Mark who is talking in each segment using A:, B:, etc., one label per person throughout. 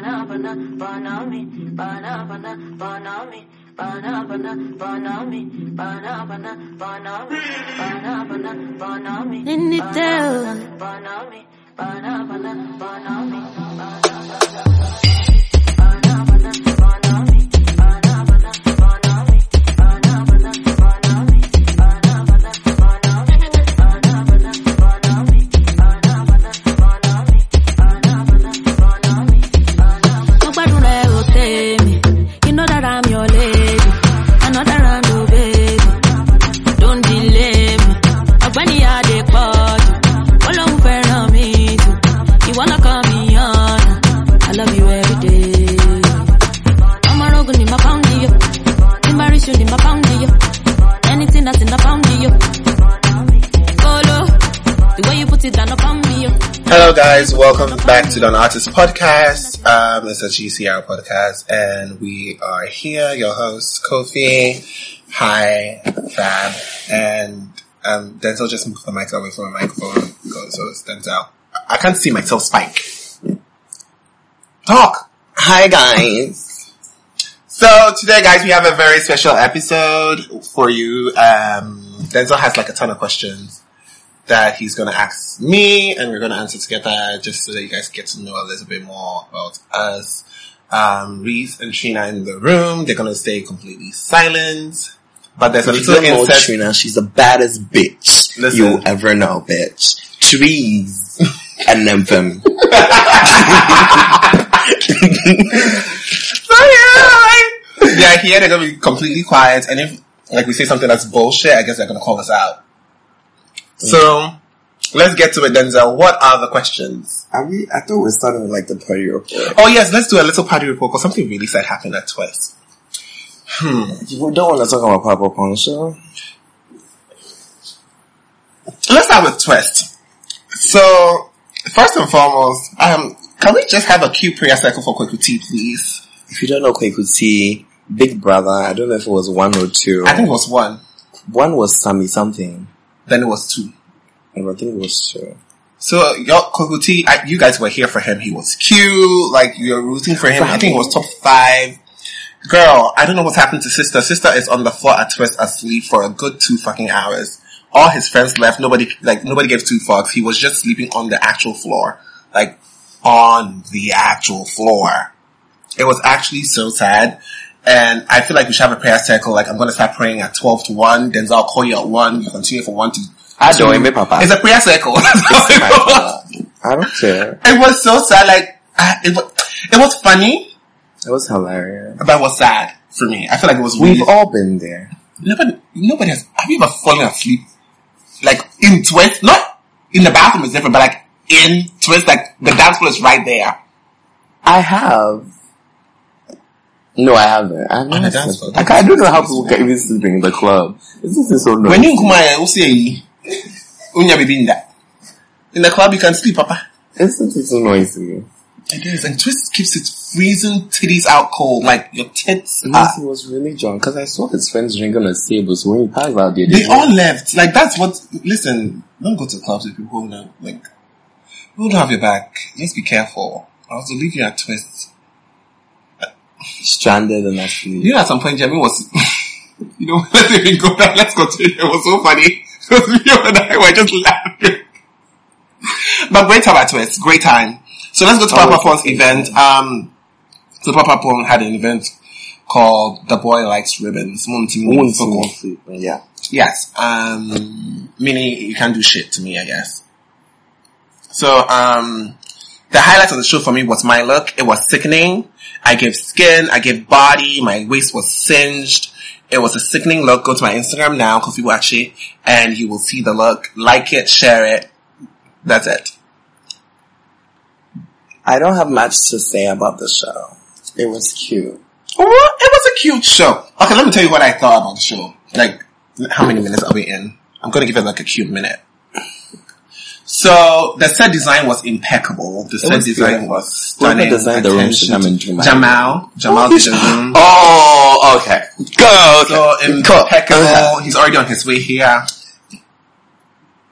A: bana bana me bana bana bana me bana bana bana me bana bana bana me bana bana bana me
B: In it down.
A: bana me bana bana bana me
B: Ogbarule Otemi, you know that I'm your lady. Another round, oh baby, don't delay me. Ọ̀gbẹ́ni Adé pọ̀jù, Ọlọ́run fẹ́ràn mi jù. Ìwọ lọ́kàn mi yànnà, I love you every day. Ọmọrógun ni màá pound yíyọ, tí n bá rí ṣu ni màá pound yíyọ. Anything that's in the pound yíyọ. Kolo, the way you put it down, no pound yíyọ.
C: Hello, guys. Welcome back to the Artist Podcast. Um, it's a GCR podcast, and we are here. Your host, Kofi. Hi, Fab, and um, Denzel just moved the mic away from the microphone. Go, so it's Denzel. I- I can't see myself. Spike, talk.
D: Hi guys.
C: So today, guys, we have a very special episode for you. Um, Denzel has like a ton of questions that he's going to ask me, and we're going to answer together, just so that you guys get to know a little bit more about us. Um, Reese and Trina in the room. They're going to stay completely silent, but there's a
D: If
C: little
D: you don't know
C: incest.
D: Trina, she's the baddest bitch
C: Listen.
D: you will ever know, bitch. Trees and them them.
C: So yeah, like, they're here. They're going to be completely quiet, and if like we say something that's bullshit, I guess they're going to call us out. So. Let's get to it, Denzel. What are the questions?
D: Are we? I thought we started with like the party report.
C: Oh yes, let's do a little party report because something really sad happened at twice.
D: You don't want to talk about Papa Poncho?
C: Let's start with Twist. So, first and foremost, um, can we just have a cute prayer cycle for Kweku T, please?
D: If you don't know Kwekuti, Big Brother, I don't know if it was one or two.
C: I think it was one,
D: one was Sammy something.
C: then it was two.
D: And I think it was two.
C: So, y'all, Kweku T, I, you guys were here for him. He was cute, like you were rooting for him. I think it was top five. Girl, I don't know what's happened to Sister. Sister is on the floor at Twist asleep for a good two fucking hours. All his friends left. Nobody, like, nobody gave two fucks. He was just sleeping on the actual floor. Like, on the actual floor. It was actually so sad. And I feel like we should have a prayer circle. Like, I'm gonna start praying at 12 to 1. Then I'll call you at 1. You continue from 1 to
D: I
C: two.
D: don't remember, Papa.
C: It's a prayer circle.
D: I don't care.
C: It was so sad. Like I, it, was, it was funny,
D: It was hilarious.
C: but it was sad for me. I feel like it was.
D: We've
C: really-
D: all been there.
C: nobody, nobody has. Have you ever fallen asleep like in twist? Not in the bathroom is different, but like in twist, like the dance floor is right there.
D: I have. No, I haven't. I haven't.
C: On the dance floor.
D: I, can't- I don't know how people can even sleeping in the club. This is so
C: When
D: noisy.
C: you in Kumaya, you see, unya bibinda. In the club, you can sleep, Papa.
D: This is so noisy.
C: It is, and twist keeps its freezing titties out cold, like your tits.
D: Unless
C: Are,
D: he was really drunk because I saw his friends drinking on the table. So when he passed out there,
C: They all left. Like that's what. Listen, don't go to clubs with people who know. Like, who don't have your back. Just be careful. I was to leave you at twist.
D: stranded and actually.
C: You know, at some point, Jeremy was. you know, let's even go back. Let's continue. It was so funny because you and I were just laughing. But great time at twist. Great time. So let's go to
D: Oh,
C: Papa
D: okay.
C: Pond's event. Um, so Papa Pond had an event called "The Boy Likes Ribbons." Munti Munti
D: Won't
C: Soko.
D: sleep. Yeah.
C: Yes. Um, meaning you can't do shit to me, I guess. So, um, the highlight of the show for me was my look. It was sickening. I gave skin, I gave body, my waist was singed. It was a sickening look. Go to my Instagram now, Kofi Wachi, and you will see the look. Like it, share it. That's it.
D: I don't have much to say about the show. It was cute.
C: Well, Oh, it was a cute show. Okay, let me tell you what I thought about the show. Like, how many minutes are we in? I'm gonna give it like a cute minute. So the set design was impeccable. The set
D: was
C: design
D: beautiful.
C: was stunning.
D: Whoever designed the room should
C: Attention
D: come and
C: to-
D: do my-
C: Jamal, Jamal did the room.
D: Oh, okay. Go.
C: So
D: Go.
C: impeccable. He's already on his way here.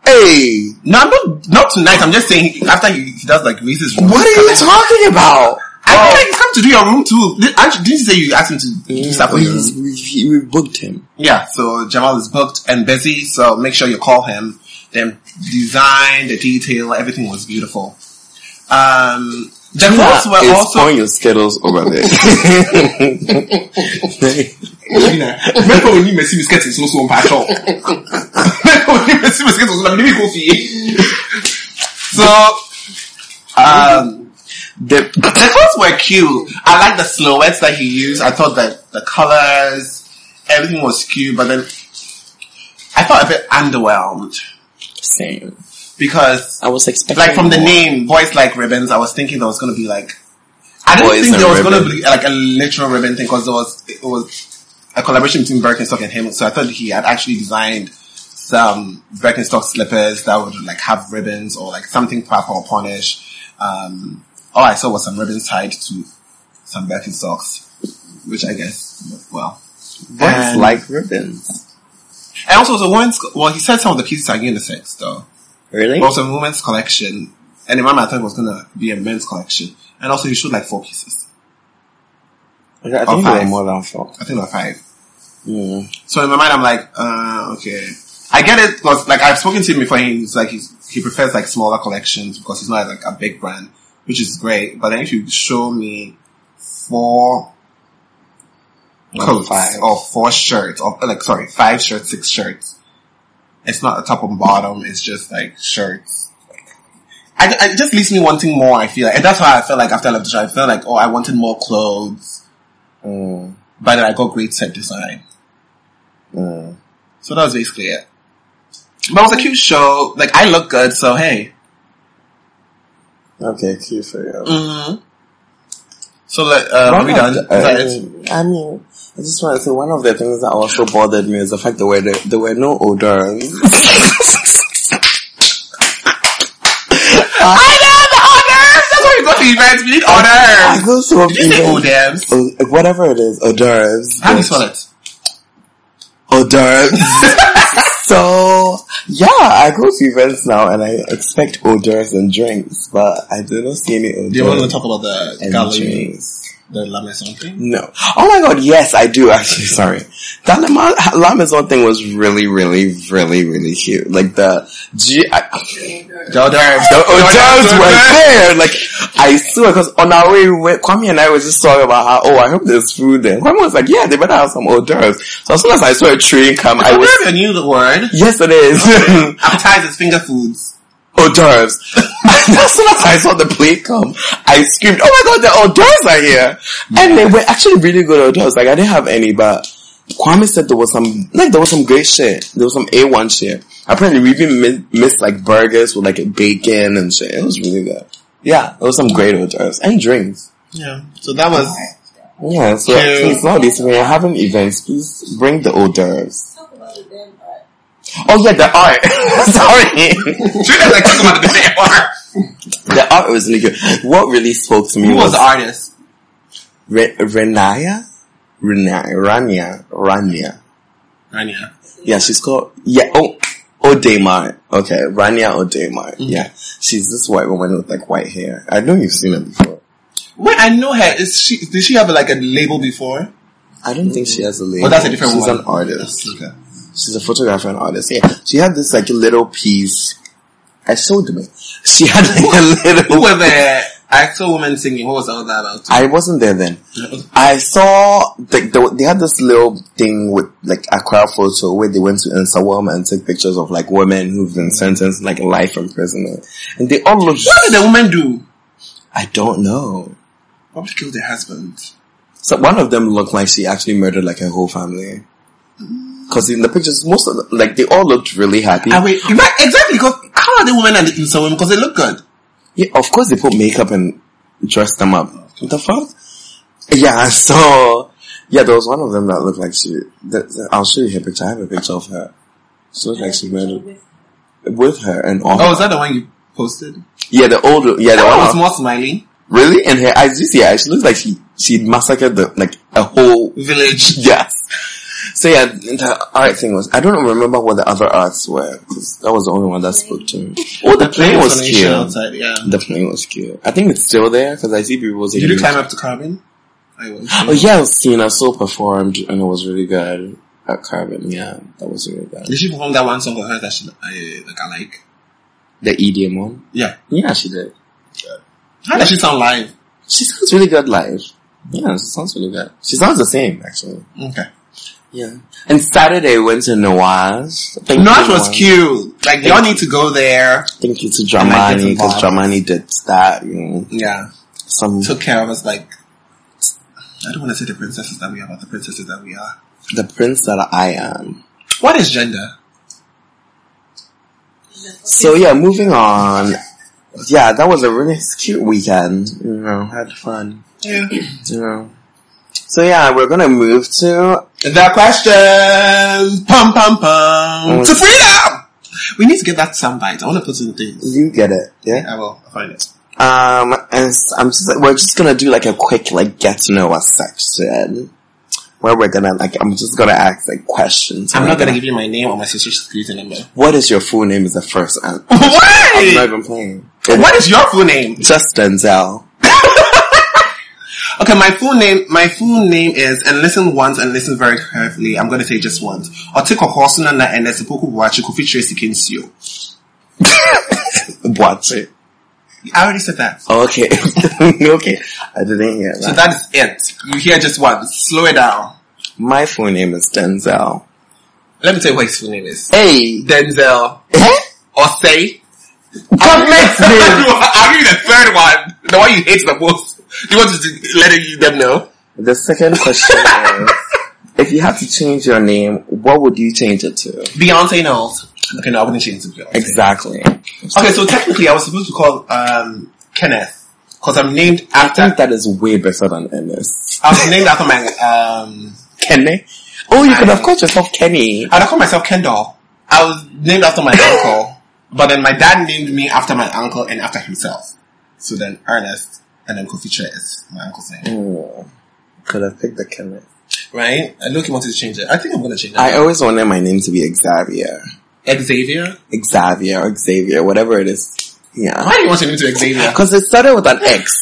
D: Hey,
C: No, I'm not, not tonight. I'm just saying after he, he does like Reese's room.
D: what are you talking about? Oh,
C: I I think he's come to do your room too. Did- aren't you- Didn't you say you asked him to do stuff for your room?
D: He's- we, he- we booked him.
C: Yeah, so Jamal is booked and busy, so make sure you call him. Then design, the detail, everything was beautiful. Um, the clothes
D: Yeah,
C: were
D: it's
C: also
D: on your skittles over there.
C: Gina, remember when you messy biscuits is also on patrol. Remember when you messy biscuits was like, "Let me go see." So, um,
D: the,
C: the clothes were cute. I like the silhouettes that he used. I thought that the colors, everything was cute, but then I felt a bit underwhelmed
D: same.
C: because,
D: I was expecting
C: like, from the
D: more.
C: name, boys like ribbons, I was thinking there was going to be like. I didn't
D: Boys
C: think
D: and
C: there was going to
D: ribbon.
C: be like a literal ribbon thing because there was it was a collaboration between Birkenstock and him. So I thought he had actually designed some Birkenstock slippers that would like have ribbons or like something purple or punish. Um, all I saw was some ribbons tied to some Birkenstocks, which I guess well.
D: Boys
C: And-
D: like ribbons.
C: And also the women's well, he said some of the pieces are unisex though.
D: Really?
C: It was a women's collection, and in my mind I thought it was gonna be a men's collection. And also, you showed like four pieces.
D: I think they were
C: five.
D: more than four.
C: I think there were five.
D: Mm.
C: So in my mind, I'm like, uh, okay. I get it because like I've spoken to him before. and He's like he's, he prefers like smaller collections because he's not like a big brand, which is great. But then if you show me four
D: Not
C: coats
D: five.
C: or four shirts or like sorry five shirts, six shirts, it's not a top and bottom. It's just like shirts. I, I- it just leaves me wanting more. I feel like, and that's why I felt like after I left the show, I felt like oh, I wanted more clothes,
D: Mm.
C: but then I got great set design.
D: Mm.
C: So that was basically it. But it was a cute show. Like I look good, so hey.
D: Okay, cute for you.
C: Mm-hmm. So like, uh, are we
D: One
C: done?
D: of
C: Is
D: the-
C: that
D: uh,
C: it?
D: Mm. I mean, I just want to say one of the things that also bothered me is the fact that were there, there were no odors.
C: I know the honors. That's why you go to events. We need
D: I
C: honors.
D: go to
C: Did you say
D: events-
C: odors?
D: Oh, whatever it is, hors d'oeuvres.
C: How do you
D: but-
C: spell it?
D: Hors d'oeuvres. so, yeah, I go to events now and I expect hors d'oeuvres and drinks, but I did not see any hors
C: Do you want to
D: d'oeuvres
C: talk about the
D: and
C: gallery,
D: drinks.
C: the La Maison thing?
D: No. Oh my god, yes, I do actually, sorry. That Lama- La Maison thing was really, really, really, really cute. Like the, G- I,
C: The odors.
D: the hotels were
C: odors.
D: there. Like I swear, because on our way, we went, Kwame and I was just talking about how oh I hope there's food there. Kwame was like, yeah, they better have some hors d'oeuvres. So as soon as I saw a train come, I
C: Odors,
D: was
C: a new word.
D: yes, it is.
C: Appetizers, finger foods.
D: hors d'oeuvres. as soon as I saw the plate come, I screamed, oh my god, the hors d'oeuvres are here. And they were actually really good hors d'oeuvres. Like I didn't have any, but Kwame said there was some, like there was some great shit. There was some A1 shit. Apparently we even mi- missed like burgers with like bacon and shit. It was really good. Yeah, there was some great hors d'oeuvres and drinks.
C: Yeah. So that was.
D: Yeah, so
C: Cute.
D: please nowadays when you're having events, please bring the hors d'oeuvres. Oh yeah, the art. Sorry.
C: Treat us like talking about the damn art.
D: the art was really good. What really spoke to me
C: Who was
D: was
C: the artist?
D: Re- Renaya? Renaya, Rania, Rania.
C: Rania.
D: Yeah, she's called, yeah, oh, Odeymar. Okay, Rania Odeymar. Yeah. She's this white woman with like white hair. I know you've seen her before.
C: Wait, I know her. Is she? Did she have like a label before?
D: I don't think she has a label.
C: Well, that's a different
D: She's
C: one.
D: an artist.
C: Okay.
D: She's a photographer and artist. Yeah. She had this like little piece. I showed me. She had like a
C: Who
D: little,
C: were the actual women singing? What was all that about?
D: I wasn't there then. I saw the, the, they had this little thing with like a crowd photo where they went to Instagram and took pictures of like women who've been sentenced like life imprisonment, and they all looked.
C: What did the woman do?
D: I don't know.
C: Probably killed their husband.
D: So one of them looked like she actually murdered like her whole family. Because in the pictures, most of the, like they all looked really happy.
C: I wait, in fact, exactly, because how are the women and the Instagram? Because they look good.
D: Yeah, of course they put makeup and dressed them up. What the fuck? Yeah, so yeah, there was one of them that looked like she. That, I'll show you her picture. I have a picture of her. She looked like she murdered with her and all.
C: Oh, is that the one you posted?
D: yeah, the old yeah, the
C: That
D: one.
C: one was
D: of-
C: more smiling.
D: really, and her eyes. You see, her eyes, she looks like she she massacred the like a whole
C: Village.
D: yes. So yeah, the art thing was. I don't remember what the other arts were because that was the only one that spoke to me. Oh, the plane was
C: Explanation
D: cute.
C: outside, yeah.
D: The plane was cute. I think it's still there because I see people taking.
C: Did you
D: pictures.
C: climb up to Carbon? I was.
D: Oh yeah, I've seen. I saw performed and it was really good at Carbon. Yeah, that was really good.
C: Did she perform that one song of hers that she I, like? I like.
D: The EDM one.
C: Yeah.
D: Yeah, she did.
C: How does she sound live?
D: She sounds really good live. Yeah, she sounds really good. She sounds the same actually.
C: Okay.
D: Yeah. And Saturday went to Noah's. Thank
C: North
D: you,
C: was
D: Noah's.
C: cute. Like y'all need to go there.
D: Thank you to
C: I like
D: Dramani
C: it a
D: because
C: lot.
D: Dramani did that. You know,
C: Yeah.
D: some
C: Took care of us like. I don't want to say the princesses that we are, but the princesses that we are.
D: the prince that I am.
C: What is gender?
D: So yeah, moving on. Yeah, that was a really cute weekend. You know, had fun.
C: Yeah.
D: You know. So yeah, we're gonna move to
C: The questions, pum pum pum,
D: Mm.
C: to freedom. We need to get that soundbite. I want to put in things.
D: you get it, yeah.
C: I will I'll find it.
D: Um, and s- I'm just we're just gonna do like a quick like get to know us section where we're gonna like I'm just gonna ask like questions.
C: I'm
D: We're
C: not gonna give you my name or my sister's security number.
D: What is your full name? Is the first answer. I'm not
C: Why?
D: even playing.
C: What is your full name?
D: Just Denzel.
C: Okay, my full name, my full name is, and listen once and listen very carefully. I'm gonna say just once. Otiko Kosunana and Esipoku Buachi Kofi Tracy Kinsio.
D: Watch it.
C: I already said that.
D: Okay. okay. I didn't hear that.
C: So that is it. You hear just once. Slow it down.
D: My full name is Denzel.
C: Let me tell you what his full name is.
D: Hey.
C: Denzel Osei.
D: Government name.
C: I'll give you the third one. The one you hate the most. You want to let it- them know?
D: The second question is, if you had to change your name, what would you change it to?
C: Beyonce knows. Okay, no, I wouldn't change it to Beyonce.
D: Exactly.
C: Okay, so technically I was supposed to call, um, Kenneth. Cause I'm named
D: I
C: after
D: think that is way better than Ennis.
C: I was named after my um.
D: Kenny? Oh, you could have called yourself Kenny.
C: I call myself Kendall. I was named after my uncle, but then my dad named me after my uncle and after himself. So then Ernest and then Kofi Tre is my uncle's name,
D: Oh, could have picked the Kenny.
C: right? And Loki wanted to change it. I think I'm gonna change it.
D: I always wanted my name to be Xavier.
C: Xavier.
D: Xavier or Xavier, whatever it is. Yeah.
C: Why do you want your name to Xavier?
D: Because it started with an X.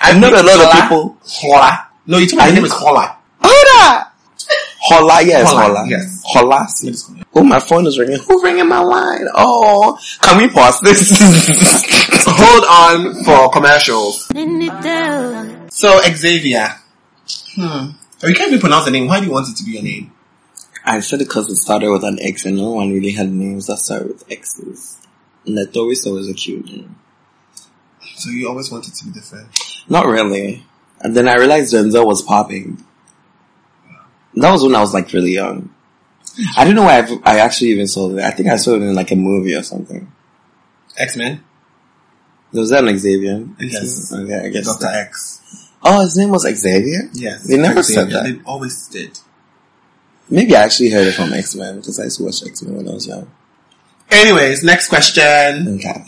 C: I
D: Not
C: know
D: a lot of people.
C: Hola. No, you told me my
D: I-
C: name is Hola.
D: Hola! Hola, yes,
C: Hola,
D: hola.
C: yes.
D: Hola. Oh, my phone is ringing. Who ringing my line? Oh, can we pause this?
C: Hold on for commercials.
B: In the dark.
C: So Xavier. Hmm. Oh, you can't even pronounce the name. Why do you want it to be your name?
D: I said it because it started with an X and no one really had names that started with X's. And I thought we saw was a cute name.
C: So you always want it to be different.
D: Not really. And then I realized Denzel was popping. That was when I was like really young. I don't know why I've, I actually even saw it. I think I saw it in like a movie or something.
C: X Men.
D: Was that an Xavier?
C: Yes.
D: Okay, I guess.
C: Doctor X.
D: Oh, his name was Xavier?
C: Yes.
D: They never said
C: Xavier.
D: that.
C: They always did.
D: Maybe I actually heard it from X Men because I used to watch X Men when I was young.
C: Anyways, next question.
D: Okay.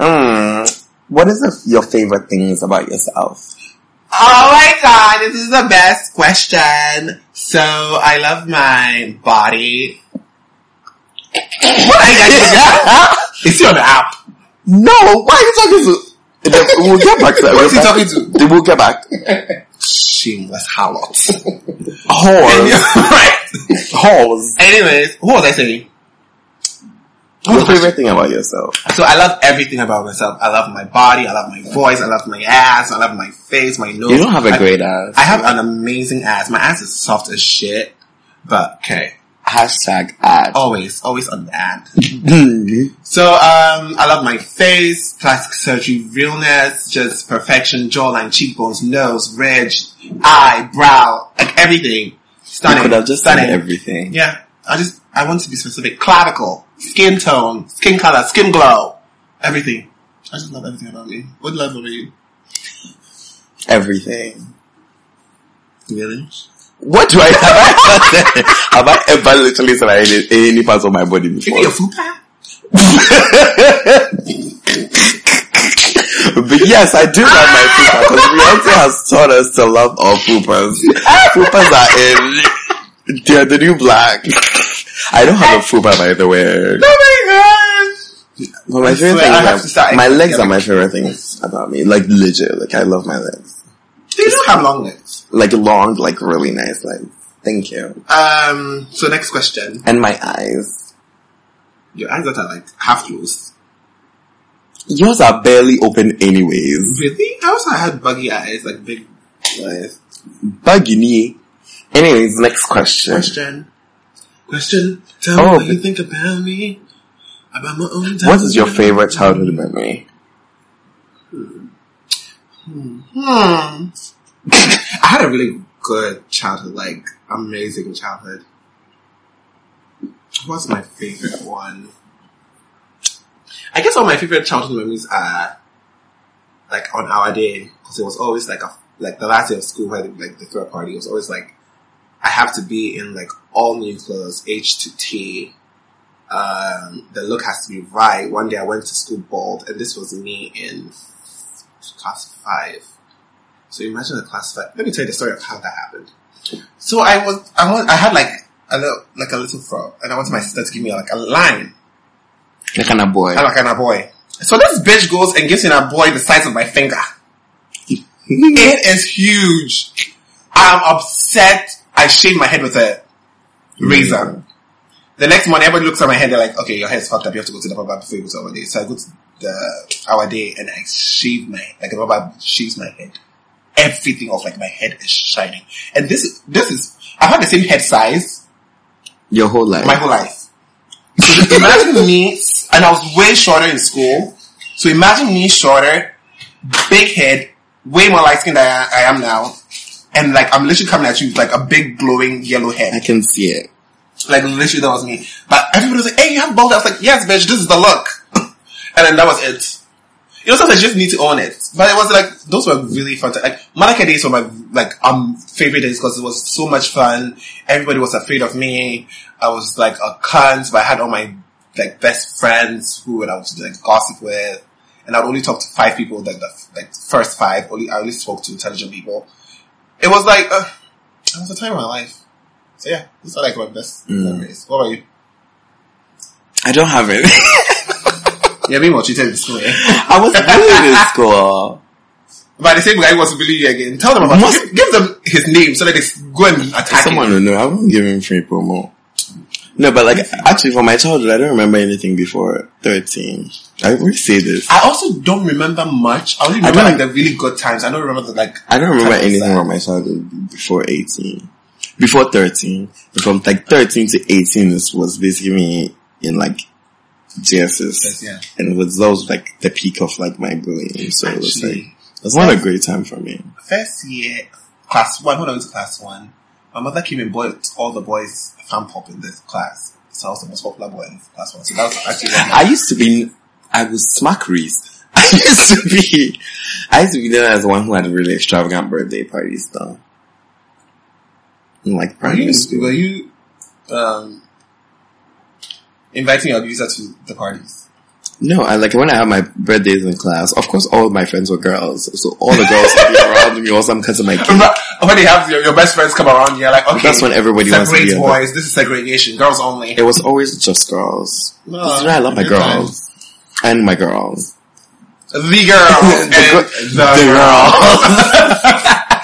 D: Mm. What is the, your favorite things about yourself?
C: Oh my god, this is the best question. So I love my body. what are you guys looking at? Is he on the app?
D: No, why are you talking to? The- We'll get back to that.
C: What is he talking to?
D: We'll get back.
C: Shameless harlot.
D: Whores.
C: right.
D: Whores.
C: Anyways, what was I saying? What
D: Your
C: was the
D: favorite thing about yourself?
C: So I love everything about myself. I love my body. I love my voice. I love my ass. I love my face, my nose.
D: You don't have a
C: I-
D: great ass.
C: I have an amazing ass. My ass is soft as shit. But okay.
D: Hashtag ad.
C: Always, always on the ad.
D: Mm.
C: So um I love my face, plastic surgery realness, just perfection, jawline, cheekbones, nose, ridge, eye, brow, like everything.
D: You
C: Stunning.
D: could have just done
C: stunning.
D: everything.
C: Yeah. I just I want to be specific. Clavicle, skin tone, skin color, skin glow. Everything. I just love everything about me. What love about you?
D: Everything.
C: Really?
D: What do I have? I ever said- have I ever literally said I hated any part of my body
C: Give
D: before?
C: me a fupa?
D: Big Yes, I do love my fupa because Beyonce has taught us to love all fupas. Fupas are in, they're the new black. I don't have a fupa by the way.
C: Oh my gosh!
D: But my
C: I
D: favorite
C: swear, I have to
D: things
C: start
D: are, my
C: acting
D: legs are
C: together.
D: my favorite things about me. Like legit, like I love my legs.
C: They do have long legs.
D: Like long, like really nice legs. Thank you.
C: Um, so next question.
D: And my eyes.
C: Your eyes that are like half closed.
D: Yours are barely open anyways.
C: Really? I also had buggy eyes, like big eyes.
D: Buggy. Anyways, next question.
C: Question. Question. Tell
D: Oh,
C: me what you
D: but-
C: think about me. About my own time.
D: What is your favorite childhood memory?
C: Hmm. I had a really good childhood, like amazing childhood. What's my favorite one? I guess all my favorite childhood memories are like on our day because it was always like a like the last day of school where like the third party it was always like I have to be in like all new clothes H to T. Um, the look has to be right. One day I went to school bald, and this was me in class five. So imagine a class five. Let me tell you the story of how that happened. So I was, I was, I had like a little, like a little fro, and I wanted my sister to give me like a line,
D: Like an a boy.
C: i like an a boy. So this bitch goes and gives me a boy the size of my finger. it is huge. I'm upset. I shave my head with a razor. The next morning, everybody looks at my head. They're like, "Okay, your hair's fucked up. You have to go to the barber before you go to our day." So I go to the our day and I shave my like the barber shaves my head. Everything off, like my head is shining. And this this is I've had the same head size
D: Your whole life.
C: my whole life. So imagine me, and I was way shorter in school. So imagine me shorter, big head, way more light skinned than I, I am now, and like I'm literally coming at you with like a big glowing yellow head
D: I can see it.
C: like literally that was me. But everybody was like, "Hey, you have bald." I was like, "Yes, bitch, this is the look." and then that was it. It was something I just need to own it. But it was like those were really fun. ti- Like Malacca days were my like um favorite days because it was so much fun. Everybody was afraid of me. I was like a cunt, but I had all my like best friends who would I would like gossip with, and I'd only talk to five people. Like the like first five, only I only spoke to intelligent people. It was like uh, it was a time of my life. So yeah, these are like my best memories. What about you?
D: I don't have it.
C: Yeah, me more cheated in school. eh? Yeah.
D: I was bullied in school.
C: But the same guy who wants to believe you again. Tell them about
D: Must-
C: it. Give, give them his name so that they s- go and attack
D: Someone
C: him.
D: will know. I won't give him free promo. No, but like, actually for my childhood, I don't remember anything before 13. I always say this.
C: I also don't remember much. I only remember
D: don't-
C: like the really good times. I don't remember the like.
D: I don't remember
C: times
D: anything
C: that-
D: about my childhood before 18. Before 13. From like 13 to 18 is, was basically me in like JSS.
C: Yeah.
D: And was, that was like the peak of like my bullying. So it was like,
C: Actually,
D: it was not a great time for me.
C: first year, class one, when I was in class one, my mother came and bought all the boys fan pop in this class. So I was the most popular boy in class one. So that was actually one of my-
D: I used to be, I was smack Reese. I used to be, I used to be known as the one who had really extravagant birthday parties though. In like
C: Were you,
D: primary school.
C: were you, um, inviting your abuser to the parties?
D: No, I like when I had my birthdays in class, of course all my friends were girls. So all the girls would be around me also I'm cutting my cake.
C: Remember when you have your, your best friends come around, you're like, okay,
D: That's when everybody wants to
C: separate
D: be in the-
C: boys. This is segregation, girls only.
D: It was always just girls.
C: No,
D: This is why I love my
C: good times.
D: girls. And my girls.
C: The girl and
D: The gir-
C: the,
D: the
C: girl.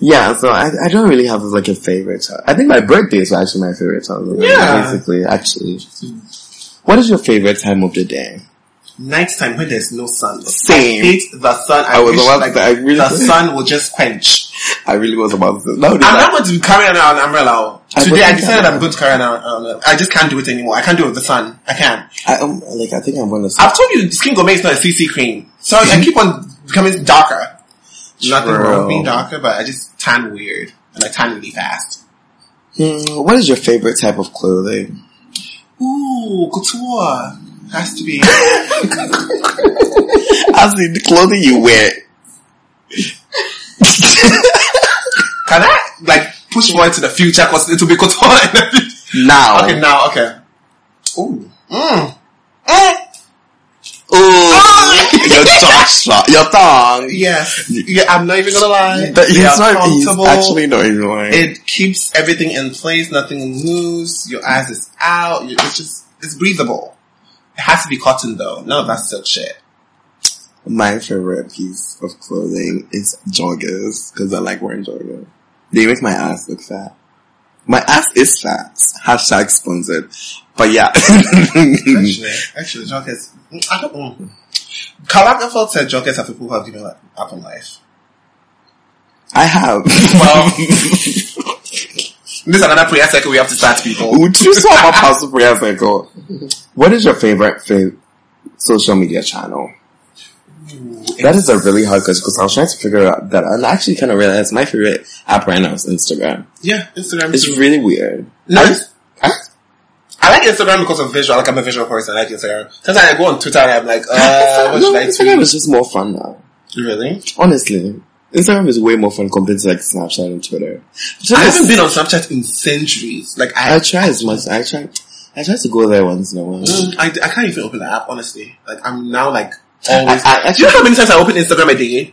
D: Yeah, so I, I don't really have like a favorite child. I think my birthdays were actually my favorite time.
C: Yeah.
D: Basically, actually. What is your favorite time of the day?
C: Nighttime when there's no sun.
D: Same.
C: I hate the sun. I,
D: I was
C: wish,
D: about to
C: like,
D: say, I really-
C: the sun will just quench.
D: I really was about to say, no,
C: I'm not going to carry an an umbrella.
D: I
C: Today I
D: wasn't
C: decided
D: gonna.
C: I'm going to carry an umbrella. I just can't do it anymore. I can't do it with the sun. I can't.
D: I, um, like, I think I'm gonna say,
C: I've told you Skin Gourmet is not a CC cream. So I keep on becoming darker. Nothing wrong with being
D: True.
C: darker, but I just tan weird. And I tan really fast.
D: Hmm, what is your favorite type of clothing?
C: Ooh, couture. Has to be.
D: As in the clothing you wear.
C: Can I, like, push forward to the future? Because it will be couture in the future.
D: Now.
C: Okay, now, okay. Ooh. Mm.
D: Ooh, your jaw shot. Your tongue.
C: Yes. Oh. Yeah, I'm not even gonna lie.
D: But he's
C: They are
D: not, he's
C: comfortable.
D: actually not even lying.
C: It keeps everything in place, nothing loose, your ass is out, you- it's just, it's breathable. It has to be cotton though, none of that silk shit.
D: My favorite piece of clothing is joggers because I like wearing joggers. They make my ass look fat. My ass is fat. Hashtag sponsored. But yeah. Mm.
C: Actually, actually, joggers, I don't know. Karl Lagerfeld said joggers are people who have given up up on life.
D: I have.
C: Well, this is another prayer cycle we have to start people.
D: Would you saw my Apostle Prayer Circle? What is your favorite fa- social media channel? That is a really hard question because I was trying to figure out that and I actually kind of realized my favorite app right now is Instagram.
C: Yeah, Instagram.
D: It's
C: too.
D: really weird.
C: No, Uh,
D: I
C: it's-
D: I-
C: I like Instagram because of visual. Like I'm a visual person. I like Instagram. Sometimes I go on Twitter and I'm like, uh, what
D: no,
C: should I
D: Instagram
C: tweet?
D: is just more fun now.
C: Really?
D: Honestly, Instagram is way more fun compared to like Snapchat and Twitter.
C: I haven't been on Snapchat in centuries. Like I,
D: I try as much. I try. I try to go there once in a while.
C: Mm, I, I can't even open the app, honestly. Like, I'm now like, always.
D: I- I-
C: Do you know how many times I open Instagram a day?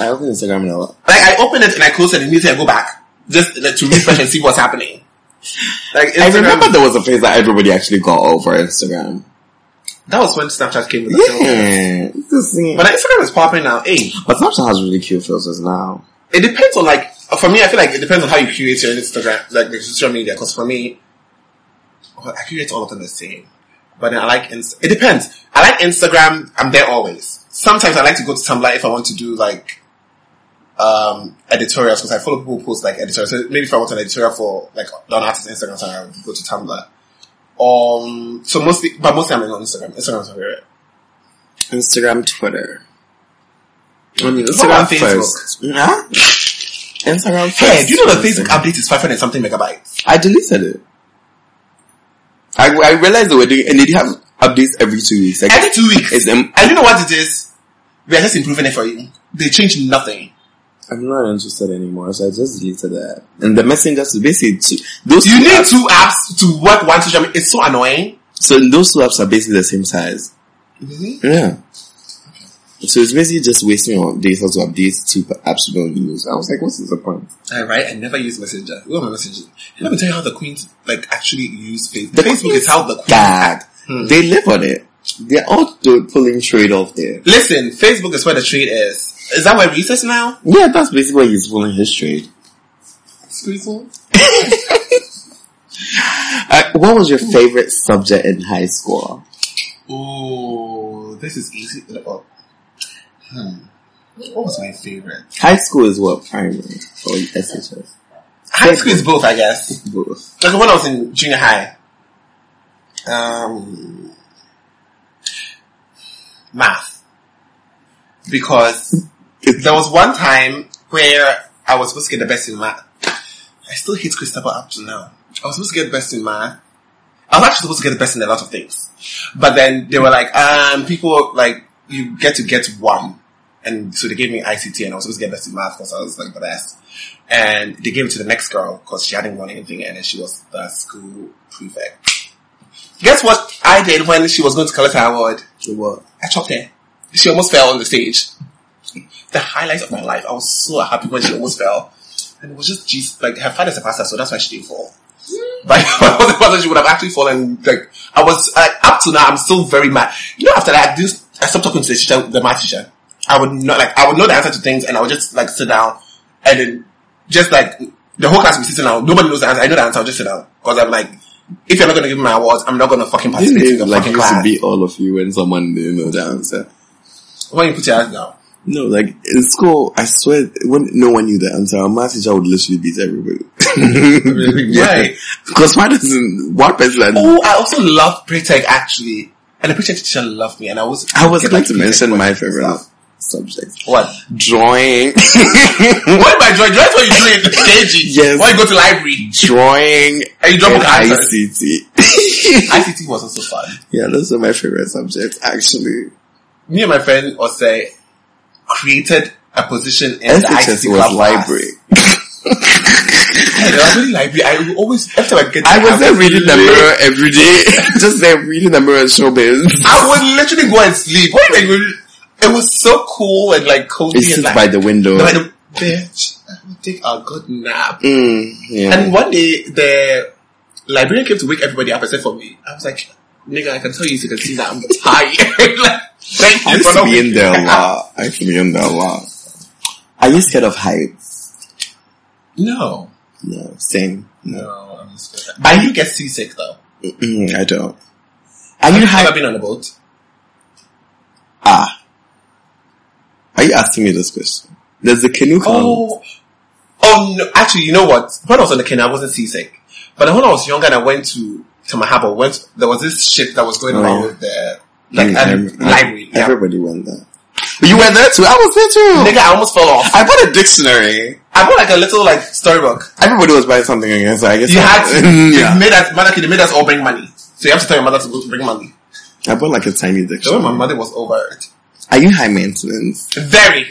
D: I open Instagram a lot.
C: Like, I open it and I close it immediately and go back. Just like, to refresh and see what's happening. Like, Instagram,
D: I remember there was a phase that everybody actually got over Instagram. oh,
C: that was when Snapchat came with the filter.
D: Yeah, Just seeing-
C: But like, Instagram is popping now. Hey,
D: But Snapchat has really cute filters now.
C: it depends on like, for me, I feel like it depends on how you curate your Instagram, like your social media. Cause for me, well, I curate all of them the same. But then I like, Inst- it depends. I like Instagram, I'm there always. Sometimes I like to go to Tumblr if I want to do like, um, editorials because I follow people who post like editorials. So maybe if I want an editorial for like an artist's Instagram, so I would go to Tumblr. Um, so mostly, but mostly I'm on Instagram. Instagram's my favorite.
D: Instagram, Twitter. I mean,
C: What about
D: Instagram first. Nah. Instagram first.
C: Hey, do you know the Facebook update is 500 and something megabytes?
D: I deleted it. I, I realized they were doing, and they have updates every two weeks. Like,
C: Every two weeks.
D: it's, um,
C: And you know what it is? We are just improving it for you. They change nothing.
D: I'm not interested anymore, so I just deleted that. And the messenger is basically two, those
C: You
D: two
C: need
D: apps,
C: two apps to work one social media. It's so annoying.
D: so those two apps are basically the same size. Yeah. So it's basically just wasting your data to update two apps you don't use. I was like, what's the point?
C: All right, I never use Messenger. Who am I messaging? Let me tell you how the queens like actually use Facebook.
D: The
C: Facebook
D: queens-
C: is how the queens
D: Bad.
C: act. Hmm.
D: They live on it. They're all do- pulling trade off there.
C: Listen, Facebook is where the trade is. Is that where recess now?
D: Yeah, that's basically where he's pulling his trade. Uh, what was your favorite subject in high school?
C: Oh, this is easy. Oh. Hmm. What was my favorite?
D: High school is what primary or SHS?
C: High school is both, I guess.
D: Both.
C: Like when I was in junior high, um, math. Because there was one time where I was supposed to get the best in math. I still hate Christopher up to now. I was supposed to get the best in math. I was actually supposed to get the best in a lot of things. But then they were like, um, people, like, you get to get one. And so they gave me ICT and I was supposed to get best in math because I was like the best. And they gave it to the next girl because she hadn't won anything and then she was the school prefect. Guess what I did when she was going to collect her award?
D: What?
C: I chopped her. She almost fell on the stage. The highlight of my life. I was so happy when she almost fell. And it was just, geez, like her father's a pastor, so that's why she didn't fall. But if I was a pastor, she would have actually fallen. Like I was, like up to now, I'm still very mad. You know, after that, I, didn't- I stopped talking to the teacher, the math teacher. I would not, like, I would know the answer to things and I would just, like, sit down and then just, like, the whole class would be sitting down. Nobody knows the answer. I know the answer, I'll just sit down. Cause I'm like, if you're not gonna give me my awards, I'm not gonna fucking
D: Didn't
C: participate in
D: it
C: the
D: like
C: fucking
D: used to
C: class.
D: be all of you when someone didn't know the answer?
C: When you put your hands down.
D: No, like in school, I swear when no one knew the answer, our math teacher would literally beat everybody.
C: Right.
D: Because why doesn't one person like
C: Oh, I also love Pretech actually. And the Pretech teacher loved me and I was
D: I was
C: get,
D: going
C: like,
D: to
C: Pretech
D: mention my
C: points and
D: favorite
C: stuff.
D: subject.
C: What?
D: Drawing.
C: What am I drawing? That's what you do in KG.
D: Mm. Yes.
C: Why you go to library?
D: Drawing
C: And you
D: and
C: drop answers.
D: ICT.
C: ICT was also fun.
D: yeah, those are my favorite subjects actually.
C: Me and my friend Osei created a position in the
D: SHS
C: ICT
D: was
C: club
D: library.
C: Class. Yeah, I really library. I would always every time I get
D: I
C: there,
D: wasn't
C: would
D: reading the
C: lay-
D: mirror every day. Just there reading the mirror and showbiz.
C: I would literally go and sleep. What are you it was so cool and like cozy.
D: It
C: and,
D: sits
C: like,
D: by the window.
C: by the bitch. I would take a good nap.
D: Mm, yeah.
C: And one day the librarian came to wake everybody up except for me. I was like, nigga, I can tell you, as you can see that I'm tired. like, thank you
D: I used
C: for
D: to
C: not
D: be in
C: waking
D: there a
C: me up.
D: lot. I used to be in there a lot. Are you scared of heights?
C: No,
D: No, same. No,
C: no, I'm just. scared. But you get seasick though.
D: Mm-mm, I don't. Are you
C: Have
D: high?
C: I been on a boat?
D: Ah, are you asking me this question? Does the canoe come?
C: Oh, oh no! Actually, you know what? When I was on the canoe, I wasn't seasick. But when I was younger, and I went to Tamahabo. Went there was this shit that was going around
D: Oh.
C: with the like
D: Mm,
C: um,
D: I- I-
C: library. Yeah.
D: Everybody went there. But you went there too. I was there too.
C: Nigga, I almost fell off.
D: I bought a dictionary.
C: I bought like a little like storybook.
D: Everybody was buying something again, so I guess
C: You
D: I-
C: had to. They
D: Mm, yeah.
C: made us, Malaki, they made us all bring money. So you have to tell your mother to go bring money.
D: I bought like a tiny
C: So
D: dictionary.
C: when my mother was over it,
D: Are you high maintenance?
C: very.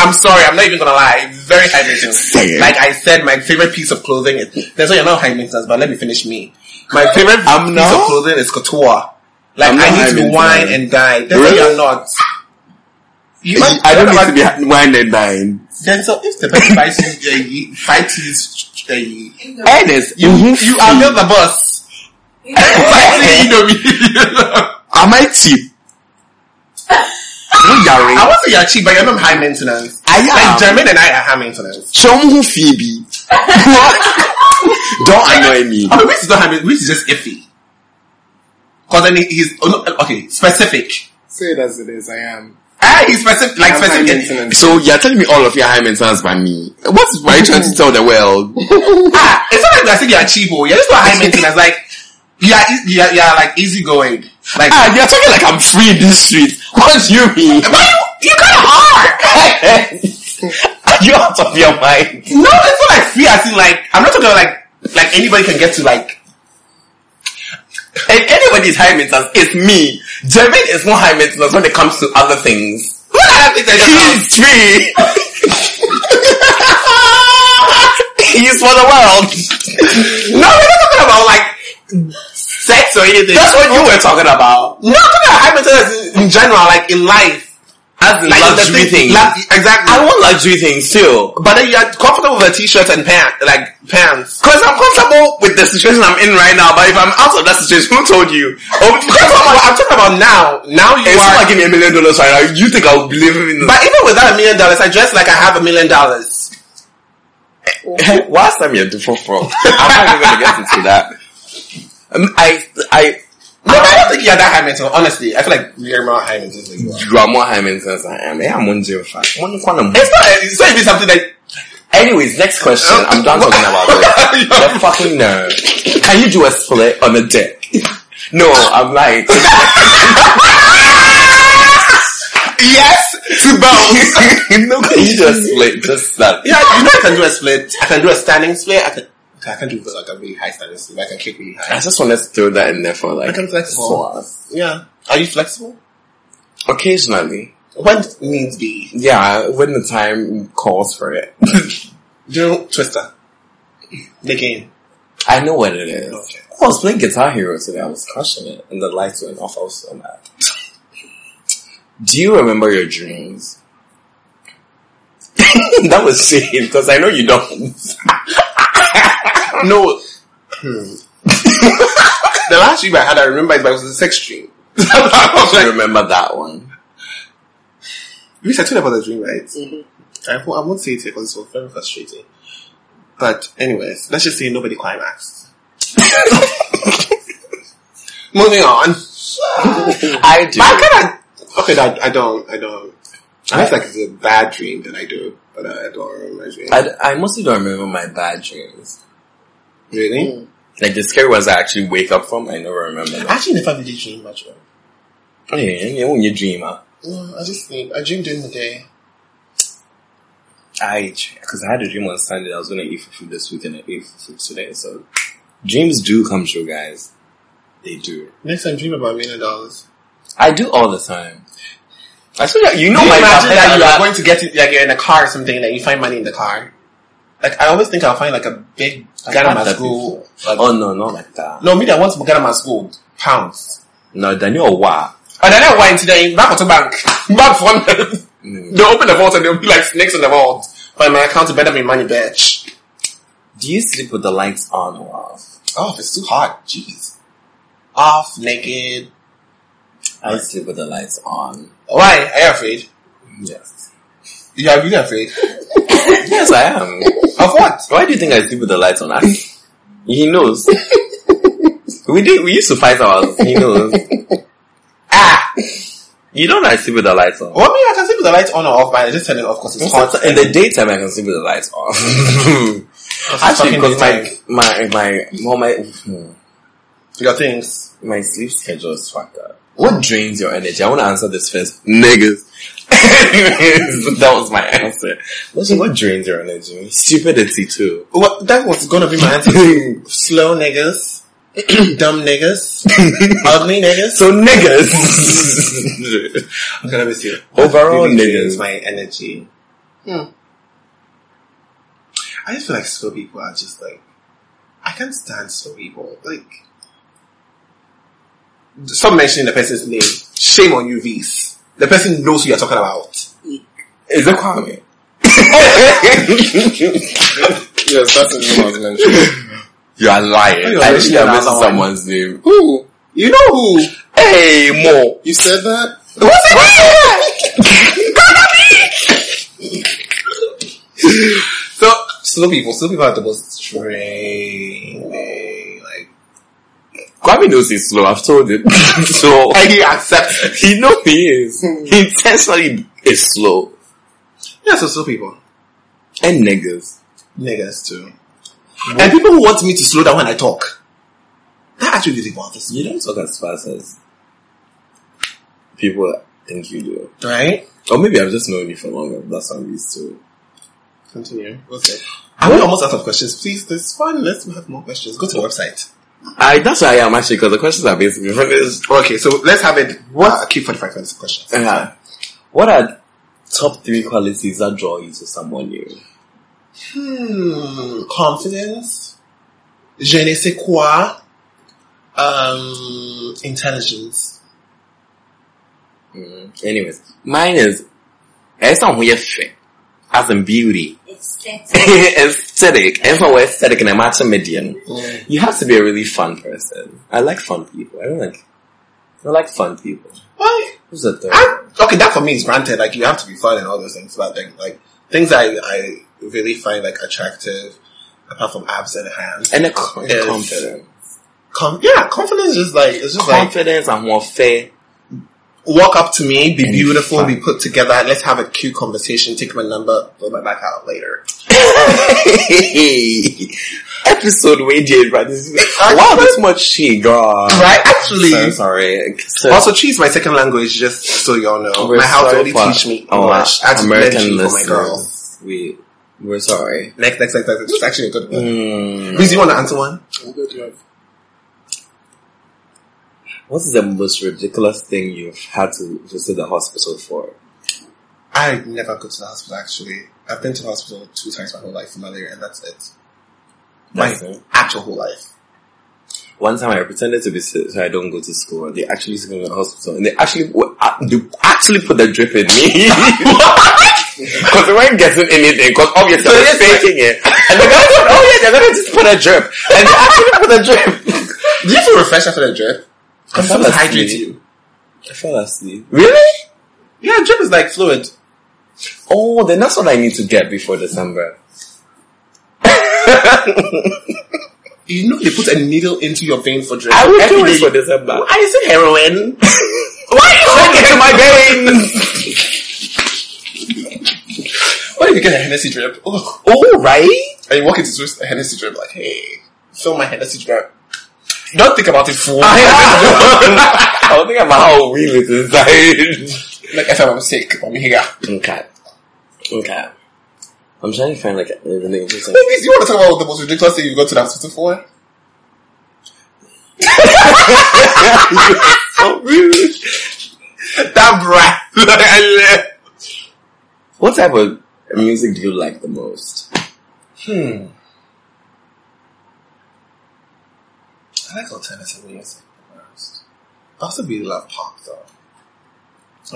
C: I'm sorry, I'm not even gonna lie. Very high maintenance.
D: Same.
C: Like I said, my favorite piece of clothing is. That's why you're not high maintenance, but let me finish me. My favorite
D: I'm
C: piece
D: not?
C: of clothing is couture. Like
D: I'm not
C: I
D: high
C: need to
D: maintenance.
C: wine and dine. That's why
D: Really?
C: you're not. You must-
D: I don't
C: what
D: need to
C: about-
D: be high- wine and dine.
C: Then so if the person fights you, uh, you- fights you, uh, you,
D: Ernest, Mm-hmm. you,
C: you are not the boss. Fighting you know me.
D: Am I cheap? You're
C: I
D: yari.
C: want to say you're cheap, but you're not high maintenance.
D: I
C: Like
D: am.
C: Jermaine and I are high maintenance.
D: Chomhu Phoebe. Don't annoy me.
C: I mean, Reese is not high maintenance. Reese is just iffy. Cause then he, he's oh, no, okay specific.
E: Say it as it is, I am.
C: Ah, he's specific like
E: I'm high
C: specific.
E: maintenance.
D: So you're telling me all of your high maintenance by me. What's why you trying to tell the world?
C: Ah, it's not like you're saying you're cheap. Oh, you're just not high maintenance. Like you're e- you're, you're like easygoing. Like
D: Ah, you're talking like I'm free in these streets. What do you mean?
C: Why you you kind of are.
D: Are you out of your mind?
C: No, it's not like free. I in like I'm not talking about like like anybody can get to like.
D: If anybody is high maintenance, it's me. Jermaine is not high maintenance when it comes to other things.
C: What high maintenance? is
D: He's free. He's for the world.
C: about? No, we're not talking about like sex or anything.
D: That's what you were talking about.
C: No, I'm talking about high maintenance in, in general, like in life.
D: As in
C: Like in the
D: luxury
C: thing-
D: things.
C: la- exactly.
D: I want luxury things too.
C: but then you're comfortable with a t-shirt and pants, like pants.
D: Because I'm comfortable with the situation I'm in right now, but if I'm out of that situation, who told you? Oh, because I'm
C: Well,
D: like,
C: I'm talking about now. Now you
D: if
C: are.
D: someone give me a million dollars right now, you think I would believe in
C: but even without a million dollars, I dress like I have a million dollars.
D: But last time you're different from, I'm not even going to get into that. Um, I, I,
C: No, I don't think you're that high mental. Honestly, I feel like you're more high mental than you are.
D: you are more high maintenance than I am. Yeah, I'm on zero five. One quantum.
C: It's not. It's not even something that.
D: Anyways, next question. I'm done talking about this. the fucking nerve. Can you do a split on a dick? No, I'm lying.
C: Yes, to both.
D: no, can you do a split? Just that.
C: yeah, you know I can do a split. I can do a standing split. I can. Okay, I can do like a really high standing split. I can kick really high.
D: I just wanted to throw that in there for like.
C: I can flex more.
D: swaz.
C: Yeah. Are you flexible?
D: Occasionally.
C: When needs be.
D: Yeah, when the time calls for it.
C: During Twister. The game.
D: I know what it is.
C: Okay.
D: I was playing Guitar Hero today. I was crushing it, and the lights went off. I was so mad. Do you remember your dreams? that was shame because I know you don't.
C: No. the last dream I had, I remember, it, but it was a sex dream. I was
D: I
C: like,
D: remember that one.
C: we said about the dream, right? I, won't, I won't say it here because it's so very frustrating. But anyways, let's just say nobody climaxed. Moving on.
D: I do.
C: I kind of okay. no, I, I don't. I don't. Unless like it's a bad dream that I do, but I, I don't remember my dream.
D: I, I mostly don't remember my bad dreams.
C: really?
D: Like the scary ones I actually wake up from, I never remember them.
C: Actually, never really dream much. Though.
D: Yeah, yeah, when you dream, huh?
C: No, I just sleep. I dream during the day.
D: I because I had a dream on Sunday that I was going to eat for food this week and I ate for food today. So dreams do come true, guys. They do.
C: Next time, dream about a million dollars.
D: I do all the time. I swear, that- you know,
C: Can you
D: my
C: imagine that you are
D: that
C: going to get in, like you're in a car or something and you find money in the car? Like I always think I'll find like Oh. a big
D: I've
C: Ghana
D: had
C: my
D: that
C: school. Like,
D: oh no, not like that.
C: no, me that wants Ghana my school pounds.
D: No, Daniel, wow.
C: And then I went to the back of the bank. Back from they open the vault and they'll be like snakes in the vault. But my account is better than money, bitch.
D: Do you sleep with the lights on or off?
C: Oh, if it's too hot, jeez. Off, naked.
D: I sleep with the lights on.
C: Why? Are you afraid?
D: Yes.
C: You are really afraid.
D: Yes, I am.
C: Of what?
D: Why do you think I sleep with the lights on? I- he knows. we did. We used to fight ours. He knows.
C: Ah!
D: You don't I sleep with the lights on.
C: Well, I mean, I can sleep with the lights on or off, but I just turn it off because it's hot.
D: Sometimes- In the daytime, I can sleep with the lights on. Actually,
C: fucking
D: because my,
C: daytime.
D: my my well, my hmm,
C: Your things.
D: my sleep schedule is fucked up. What drains your energy? I want to answer this first, niggas. that was my answer. What's- what drains your energy? Stupidity too.
C: What, that was gonna be my answer. Slow niggas. dumb niggas. ugly niggas.
D: So niggas.
C: okay, let me see.
D: Overall,
C: Really
D: niggas.
C: drains my energy. I just feel like slow people are just like, I can't stand slow people. Like, stop mentioning the person's name. Shame on you, Vs. The person knows who you're talking about.
D: Is it Kwame?
F: Yes, that's the name I was mentioning.
D: You are lying.
C: Oh, you're
D: I
C: mentioning
D: think I missed
C: another one.
D: someone's name.
F: Ooh,
C: You know who?
D: Hey, Mo.
F: you said that?
D: What's it?
C: So slow people, slow people are the most draining. Like
D: Kwame knows he's slow. I've told him. so
C: he accepts. it.
D: he knows he is. He intentionally is slow.
C: Yeah, so slow people,
D: And niggas.
C: niggas too, and people who want me to slow down when I talk. That actually really bothers me,
D: You don't talk as fast as people think you do.
C: right?
D: Or maybe I've just known you for longer. That's what I'm used to.
C: Continue. What's it? Are we almost out of questions? Please, this is fun. Let's have more questions. Go to the website.
D: I, that's why I am actually, because the questions are basically finished.
C: Okay, so let's have it. What? Uh, keep forty-five minutes of questions.
D: Uh, what are top three qualities that draw you to someone new?
C: Hmm, confidence, je ne sais quoi, um, intelligence.
D: Anyways, mine is it's not weird thing. As in beauty. aesthetic. And for aesthetic and a match medium.
C: Mm.
D: You have to be a really fun person. I like fun people. I don't like I like fun people.
C: Why?
D: Who's the third?
C: I, okay, that for me is granted. Like you have to be fun and all those things, but like, like things I I really find like attractive, apart from abs and hands.
D: and a, co- and
C: Yes.
D: confidence.
C: Com- yeah, confidence is like it's just like
D: Confidence and more fair.
C: walk up to me, be
D: And
C: beautiful,
D: fun.
C: be put together. Let's have a cute conversation. Take my number, throw my back out later.
D: Oh, Episode where Jade participate. Wow, this much she got.
C: Right? Actually,
D: So sorry. So-
C: also cheese is my second language. Just so y'all know,
D: We're
C: my house
D: sorry
C: only
D: for
C: teach me
D: our
C: English. That's
D: American
C: American for oh my girls.
D: listeners. We we're sorry.
C: Next, next, next, next. This is actually a good one.
D: Hmm.
C: Please, you want to answer one?
D: What is the most ridiculous thing you've had to visit the hospital for?
C: I never go to the hospital actually. I've been to the hospital two times my whole life for malaria and that's it.
D: That's
C: my
D: it.
C: actual whole life.
D: One time I pretended to be sick so I don't go to school. and They actually took me to the hospital and they actually were- uh, they actually put the drip in me. Because they weren't getting anything because obviously I was faking it. And the guy said, oh yeah, they're going to just put a drip. And they actually put a drip.
C: Do you feel refreshed after the drip?
D: I
C: Because it
D: fell
C: hydrates
D: asleep.
C: you.
D: I fell asleep. Really?
C: Yeah, drip is like fluid.
D: Oh, then that's what I need to get before December.
C: You know they put a needle into your vein for drip.
D: I will
C: Every
D: do
C: day
D: it for
C: you-
D: December.
C: Why is it heroin?
D: Why are you looking into my veins?
C: what if you get a Hennessy drip? Ugh.
D: All right.
C: And you walk into Swiss- a Hennessy drip like, hey, fill my Hennessy drip. Don't think about it, fool.
D: I don't think about how real it is. Like,
C: like, if I'm sick, I'm here.
D: okay, okay. I'm trying to find like a an interesting.
C: Ladies, you want to talk about the most ridiculous thing you go to the hospital for?
D: Oh,
C: that brat. Like, I left.
D: What type of music do you like the most?
C: I like alternative music the most. I also really love pop though.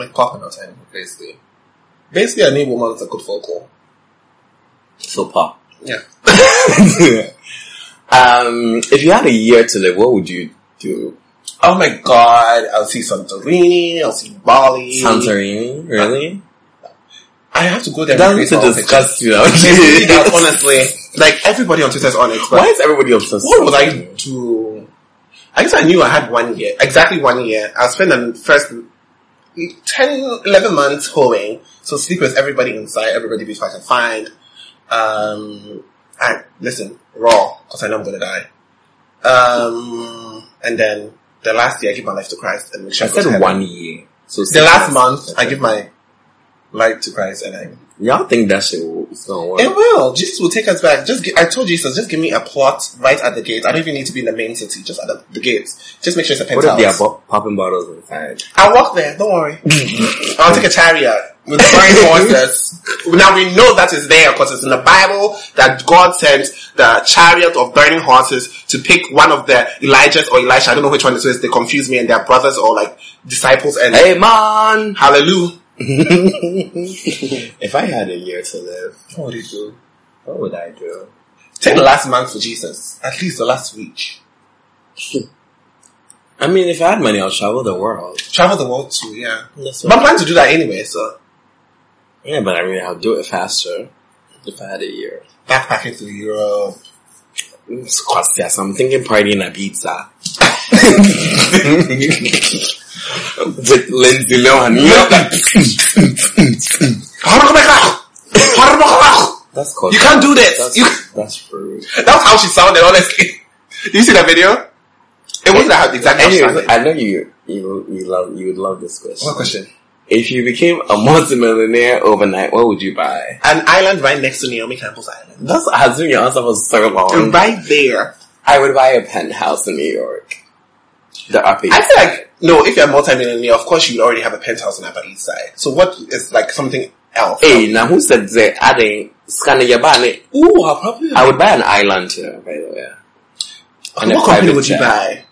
C: Like coconut time, basically. Basically, I need woman that could vocal.
D: So pop.
C: Yeah.
D: Um, if you had a year to live, what would you do?
C: Oh my god, I'll see Santorini, I'll see Bali.
D: Mm. Santorini, really?
C: I have to go there.
D: That's
C: and
D: to
C: replace all
D: discuss, you know.
C: pictures. Yeah, honestly, like everybody on Twitter is on it. But
D: Why is everybody obsessed?
C: what would I do? I guess I knew I had one year, exactly one year. I spent the first 10, 11 months hoeing. So sleep with everybody inside, everybody beach I can find. Um, and listen, raw, cause I know I'm gonna die. Um, and then the last year I give my life to Christ and make sure
D: I
C: I go to
D: said
C: heaven.
D: one year. So
C: The last month I give my life to Christ and I
D: Y'all think that shit will, it's gonna work?
C: it will. Jesus will take us back. Just gi- I told Jesus, just give me a plot right at the gate. I don't even need to be in the main city, just at the, the gates. Just make sure it's a
D: what if
C: penthouse.
D: they are bo- popping bottles inside?
C: I'll walk there. Don't worry. I'll take a chariot with burning horses. Now we know that is there because it's in the Bible that God sent the chariot of burning horses to pick one of the Elijahs or Elisha. I don't know which one it is. They confuse me and their brothers or like disciples and
D: Hey man!
C: hallelujah.
D: If I had a year to live,
C: What would you do?
D: what would I do?
C: Take the last month for Jesus. At least the last week.
D: I mean, if I had money, I'll travel the world.
C: Travel the world too, yeah.
D: That's
C: But I'm
D: what,
C: planning to do that anyway, so
D: yeah, but I mean, I'll do it faster if I had a year.
C: backpacking through Europe.
D: Scotia, so I'm thinking party in Ibiza. With Lindsay Lohan. You know that- That's called.
C: You can't do
D: That's,
C: this. You,
D: that's rude.
C: that's how she sounded, honestly. Did you see that video? It wasn't how exactly how she
D: Anyway,
C: sounded.
D: I know you, you, you love, you would love this question.
C: What question?
D: If you became a multimillionaire overnight, what would you buy?
C: An island right next to Naomi Campbell's island.
D: That's has been your answer for so long.
C: right there.
D: I would buy a penthouse in New York. The upper
C: I feel like, no, if you're a multi-millionaire, of course you would already have a penthouse on Upper East Side. So what is like something else?
D: Hey, now who said that? I didn't scan your body.
C: Ooh, I'll probably...
D: I would buy an island here, by the way.
C: Okay,
D: and a
C: what company
D: private
C: would you
D: jet.
C: buy?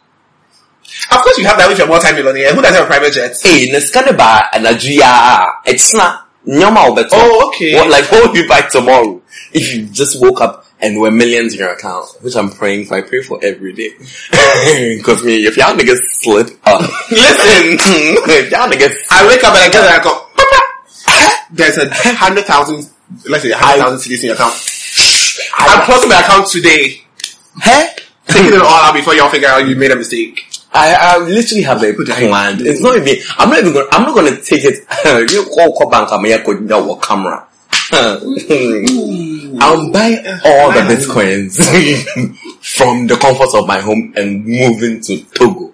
C: Of course you have that if you're a multi-millionaire. Who doesn't have a private jet?
D: Hey, na scan ba anajia. It's not nyama or better.
C: Oh, okay.
D: What, like, what would you buy tomorrow if you just woke up and were millions in your account? Which I'm praying for. I pray for every day. Because me, if y'all niggas slip up, listen, if y'all niggas,
C: I wake up and I get there and I go, "Papa, there's a hundred thousand, let's say a hundred thousand CDs in your account. I'm closing my account today.
D: hey,
C: Taking it all out before y'all figure out you made a mistake.
D: I, I literally have a planned. It's not even. I'm not even. Gonna, I'm not gonna take it. you call call bank. I'm here with your camera. I'll buy all the bitcoins from the comfort of my home and move into Togo,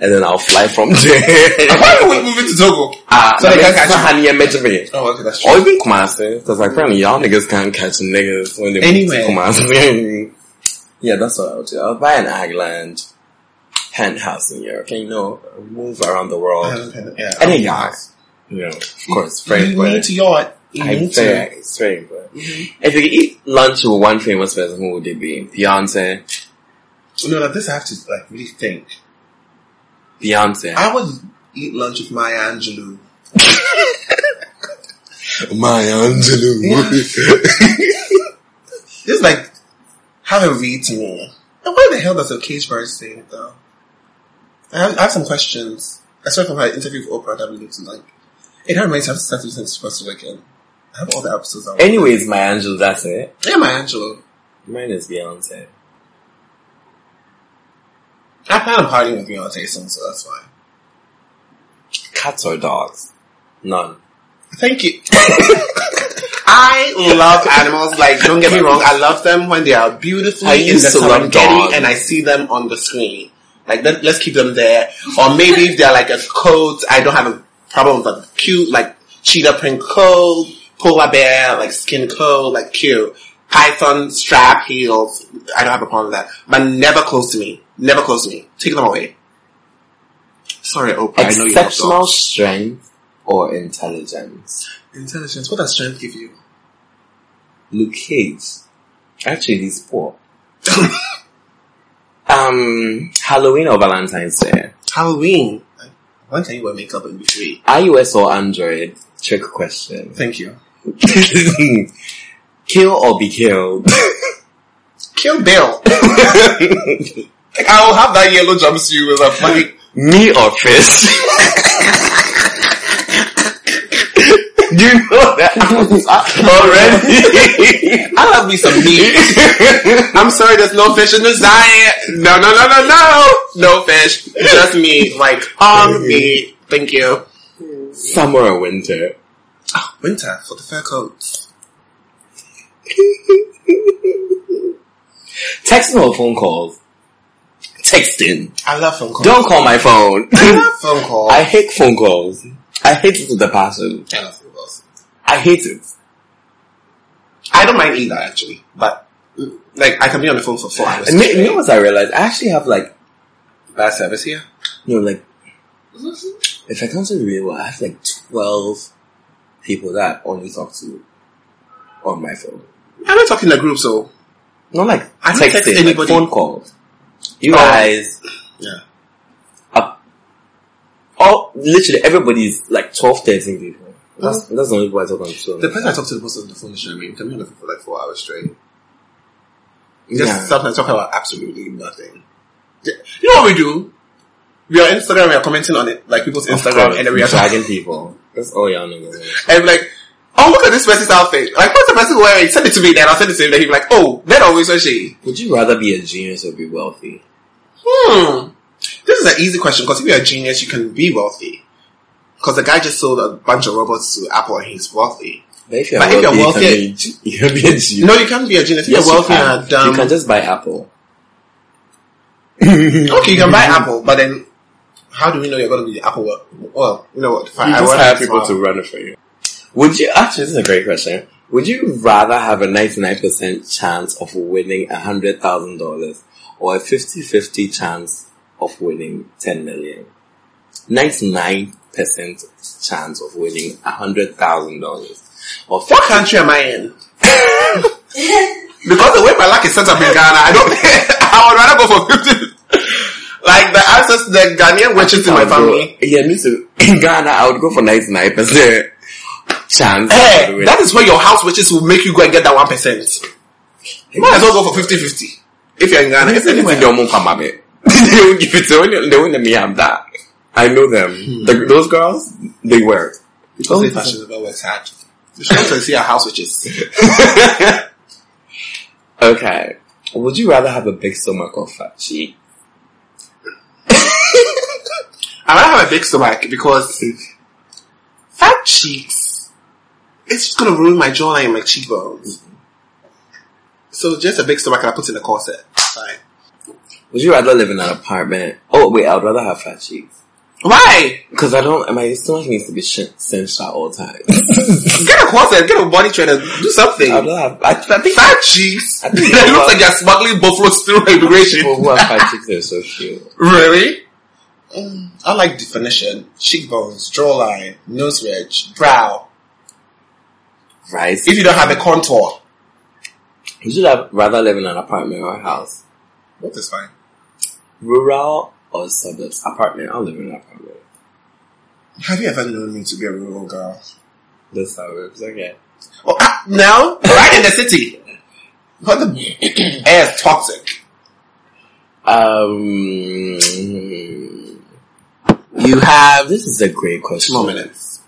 D: and then I'll fly from there.
C: Why are we moving to Togo?
D: Ah,
C: So they can't catch you.
D: catch
C: Oh, okay, that's
D: Or even Kumasi, because apparently y'all niggas can't catch niggas when they
C: Anyway.
D: move to Kumasi. yeah, that's what I'll do. I'll buy an island penthouse in Europe. And, you know, move around the world.
C: Yeah.
D: and a yacht. Yeah, of course, very
C: You need
D: important.
C: to yawn. You
D: I
C: need
D: say
C: to. Mm-hmm.
D: it's very important. If you could eat lunch with one famous person, who would it be? Beyonce.
C: No, no, this I have to like really think.
D: Beyonce.
C: I would eat lunch with Maya Angelou.
D: My Angelou.
C: Just like have her read to me. And why the hell does a cage bird sing though? I have, I have some questions. I saw from her interview with Oprah that we need to like. It reminds me of something since supposed to again. I have all the episodes. on.
D: Anyways, my Angelou, that's it.
C: Yeah, my Angelo.
D: Mine is Beyonce.
C: I plan on partying with Beyonce soon, so that's fine.
D: Cats or dogs? None.
C: Thank you. I love animals. Like, don't get me wrong. I love them when they are beautifully
D: I
C: in the
D: used to love
C: Serengeti
D: dogs.
C: and I see them on the screen. Like, let, let's keep them there. Or maybe if they're like a coat, I don't have a problem with like cute, like cheetah print coat, polar bear, like skin coat, like cute. Python strap heels. I don't have a problem with that. But never close to me. Never close to me. Take them away. Sorry, Oprah. I know you love
D: Exceptional
C: dogs.
D: strength or intelligence?
C: Intelligence. What does strength give you?
D: Luke Cage. Actually, he's poor. um, Halloween or Valentine's Day?
C: Halloween. When can you wear makeup and be free?
D: iOS or Android? Trick question.
C: Thank you.
D: Kill or be killed?
C: Kill Bill. like, I will have that yellow jumpsuit with a fucking.
D: Me or fist? you know that
C: I'll have me some meat.
D: already.
C: I'm sorry, there's no fish in the diet. No, no, no, no, no. No fish. Just meat. Like, um, meat. Thank you.
D: Summer or winter?
C: Winter for the fur coats.
D: Texting or phone calls? Texting.
C: I love phone calls.
D: Don't call my phone.
C: phone calls.
D: I hate phone calls. I hate it with a passion.
C: I love phone calls.
D: I hate it.
C: I don't mind either, actually. But, mm, like, I can be on the phone for four hours.
D: And you know what I realized? I actually have like,
C: Bad service here.
D: you know, like,
C: Mm-hmm.
D: if I come to the real world, I have like 12 people that I only talk to on my phone.
C: I'm not talking in a group, so.
D: Not like
C: I don't
D: texting,
C: text
D: like
C: anybody.
D: phone calls. You
C: Oh.
D: guys,
C: Yeah.
D: are, all, literally everybody's like 12, 13 people. That's, that's the only people I talk on the phone.
C: Mm-hmm. The person I talk to the most on the phone is Jeremy. Can be on the phone for like four hours straight.
D: Yeah.
C: Just sometimes talking about absolutely nothing. You know what we do? We are on Instagram, we are commenting on it, like people's
D: Of
C: Instagram,
D: course,
C: and then we are
D: dragging people. That's all y'all know.
C: And be like, oh, look at this person's outfit. Like, what's the person wearing? Send it to me, then I'll send it to him. Then he'd be like, oh, that always so she.
D: Would you rather be a genius or be wealthy?
C: Hmm. This is an easy question because if you're a genius, you can be wealthy. Because the guy just sold a bunch of robots to Apple and he's wealthy.
D: But if you're
C: But if you're
D: wealthy,
C: wealthy-
D: you, can be, you can be a genius.
C: No, you can't be a genius. If
D: Yes,
C: you're wealthy
D: you
C: and
D: can.
C: a dumb.
D: You can just buy Apple.
C: Okay, you can buy Apple, but then how do we know you're going to be the Apple? Well, well you know what? Fine, I work as well.
D: run it for you. Would you actually? This is a great question. Would you rather have a ninety nine percent chance of winning hundred thousand dollars or a 50-50 chance of winning ten million? Ninety nine percent chance of winning hundred thousand dollars or
C: What country am I in? because the way my luck is set up in Ghana, I don't. I would rather go for fifty. Like the access, the Ghanaian witches in my family.
D: Yeah, me too. In Ghana, I would go for ninety nine percent chance. of
C: Hey,
D: winning.
C: that is where your house witches will make you go and get that one percent. You might as well go for 50-50. If you're in Ghana,
D: They
C: it's
D: said
C: anywhere.
D: it's Ndomo Kwamabe. they will give it to only, they will let me have that. I know them. The, those girls, they work.
C: Hmm. Because they fashionable works hard. You should also see our house witches.
D: Okay. Would you rather have a big stomach or fat cheek?
C: I rather have a big stomach because fat cheeks, it's just gonna ruin my jawline and my cheekbones. So just a big stomach and I put in a corset. Fine.
D: Would you rather live in an apartment? Oh wait, I'd rather have fat cheeks.
C: Why?
D: Cause I don't, my stomach needs to be sh- cinched at all times.
C: Get a corset, get a body trainer, do something.
D: I'd rather have, I, I think
C: Fat cheeks.
D: I
C: It
D: think-
C: looks like they're smuggling buffaloes through immigration.
D: people who have fat cheeks are so cute.
C: Really? Mm, I like definition. Cheekbones, jawline, nose ridge, brow.
D: Right?
C: If you don't have a contour,
D: Would you ra- rather live in an apartment or a house?
C: what is fine?
D: Rural or suburbs? Apartment, I'll live in an apartment.
C: Have you ever known me to be a rural girl?
D: The suburbs, okay.
C: Oh, ah, no, right in the city. But the air is toxic.
D: Um, you have. This is a great question.
C: Small minutes.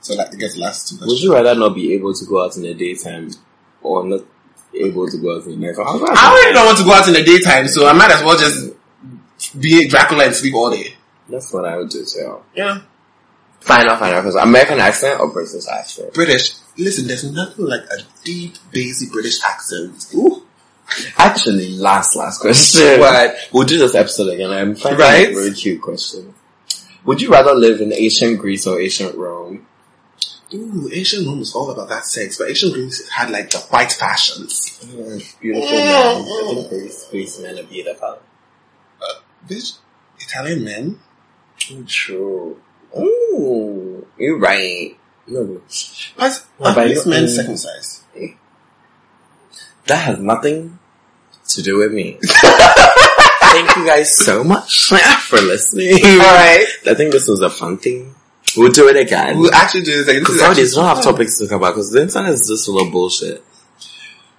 C: So like, I guess last two
D: Would
C: questions.
D: you rather not be able to go out in the daytime or not able to go out in the night?
C: I really don't want to go out in the daytime, so I might as well just be Dracula and sleep all day.
D: That's what I would do too.
C: Yeah.
D: Final, final question. American accent or British accent?
C: British. Listen, there's nothing like a deep, bassy British accent. Ooh.
D: Actually, last, last question.
C: What?
D: We'll do this episode again. I'm finding
C: Right?
D: a very cute question. Would you rather live in ancient Greece or ancient Rome?
C: Ooh, Asian Rome was all about that sex, but Asian Greece had like the white fashions.
D: Beautiful man. I think Greece, Greece men are beautiful. Uh,
C: Bitch, Italian men?
D: True. Ooh, you're right. No,
C: What?
D: Well,
C: Are
D: by
C: these
D: your
C: men
D: own-
C: circumcised?
D: that has nothing to do with me. Thank you guys so much for listening.
C: Alright.
D: I think this was a fun thing. We'll do it again.
C: We'll actually do this. Like, this
D: Because
C: is actually-
D: nowadays we don't have topics to talk about because the internet is just full of bullshit.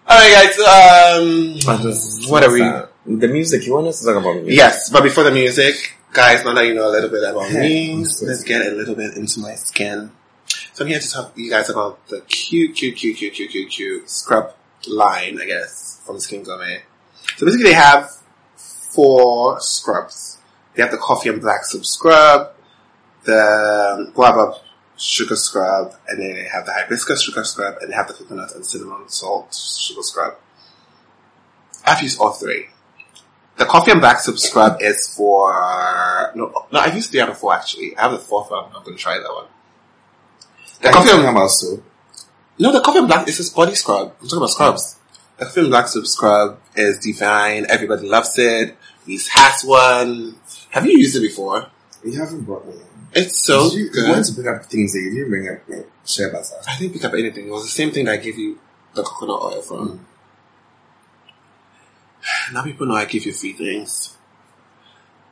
C: Alright, guys. Um,
D: What
C: are we-
D: The music. You want us to talk about music?
C: yes, but before the music, guys, now that you know a little bit about me, let's get a little bit into my skin. So I'm here to talk to you guys about the cute, cute, cute, cute, cute, cute, cute scrub line, I guess, from Skin Gourmet. So basically they have four scrubs. They have the coffee and black soap scrub, the guava sugar scrub, and then they have the hibiscus sugar scrub, and they have the coconut and cinnamon salt sugar scrub. I've used all three. The coffee and black soap scrub is for no, no. I've used three out of four actually. I have the fourth, but I'm not going to try that one. The coffee and
G: about soap.
C: no, the coffee and black is just body scrub. I'm talking about scrubs. The coffee and black soap scrub is divine. Everybody loves it. Reese has one. Have you used it before?
G: You haven't brought me.
C: It's so
G: you,
C: good.
G: you want to pick up things that you didn't bring up. No, share about that.
C: I didn't pick up anything. It was the same thing that I gave you the coconut oil from. Now people know I give you free things.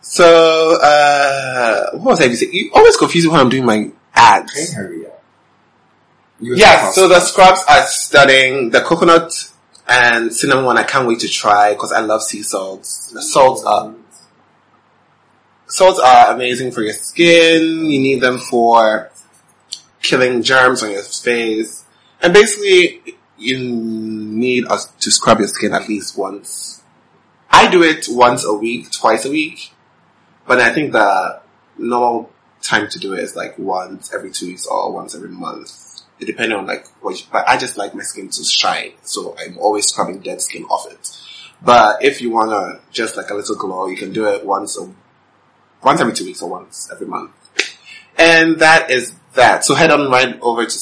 C: So, uh, what was I going to say? You always confuse me when I'm doing my
G: Can you
C: ads.
G: hurry up?
C: Yeah, so the scrubs are stunning. The coconut and cinnamon one I can't wait to try because I love sea salts. The salts are salts are amazing for your skin. You need them for killing germs on your face. And basically, you need us to scrub your skin at least once. I do it once a week, twice a week. But I think the normal time to do it is like once every two weeks or once every month. It depending on like what you, but I just like my skin to shine. So I'm always scrubbing dead skin off it. But if you wanna just like a little glow, you can do it once a once every two weeks or once every month. And that is that. So head on right over to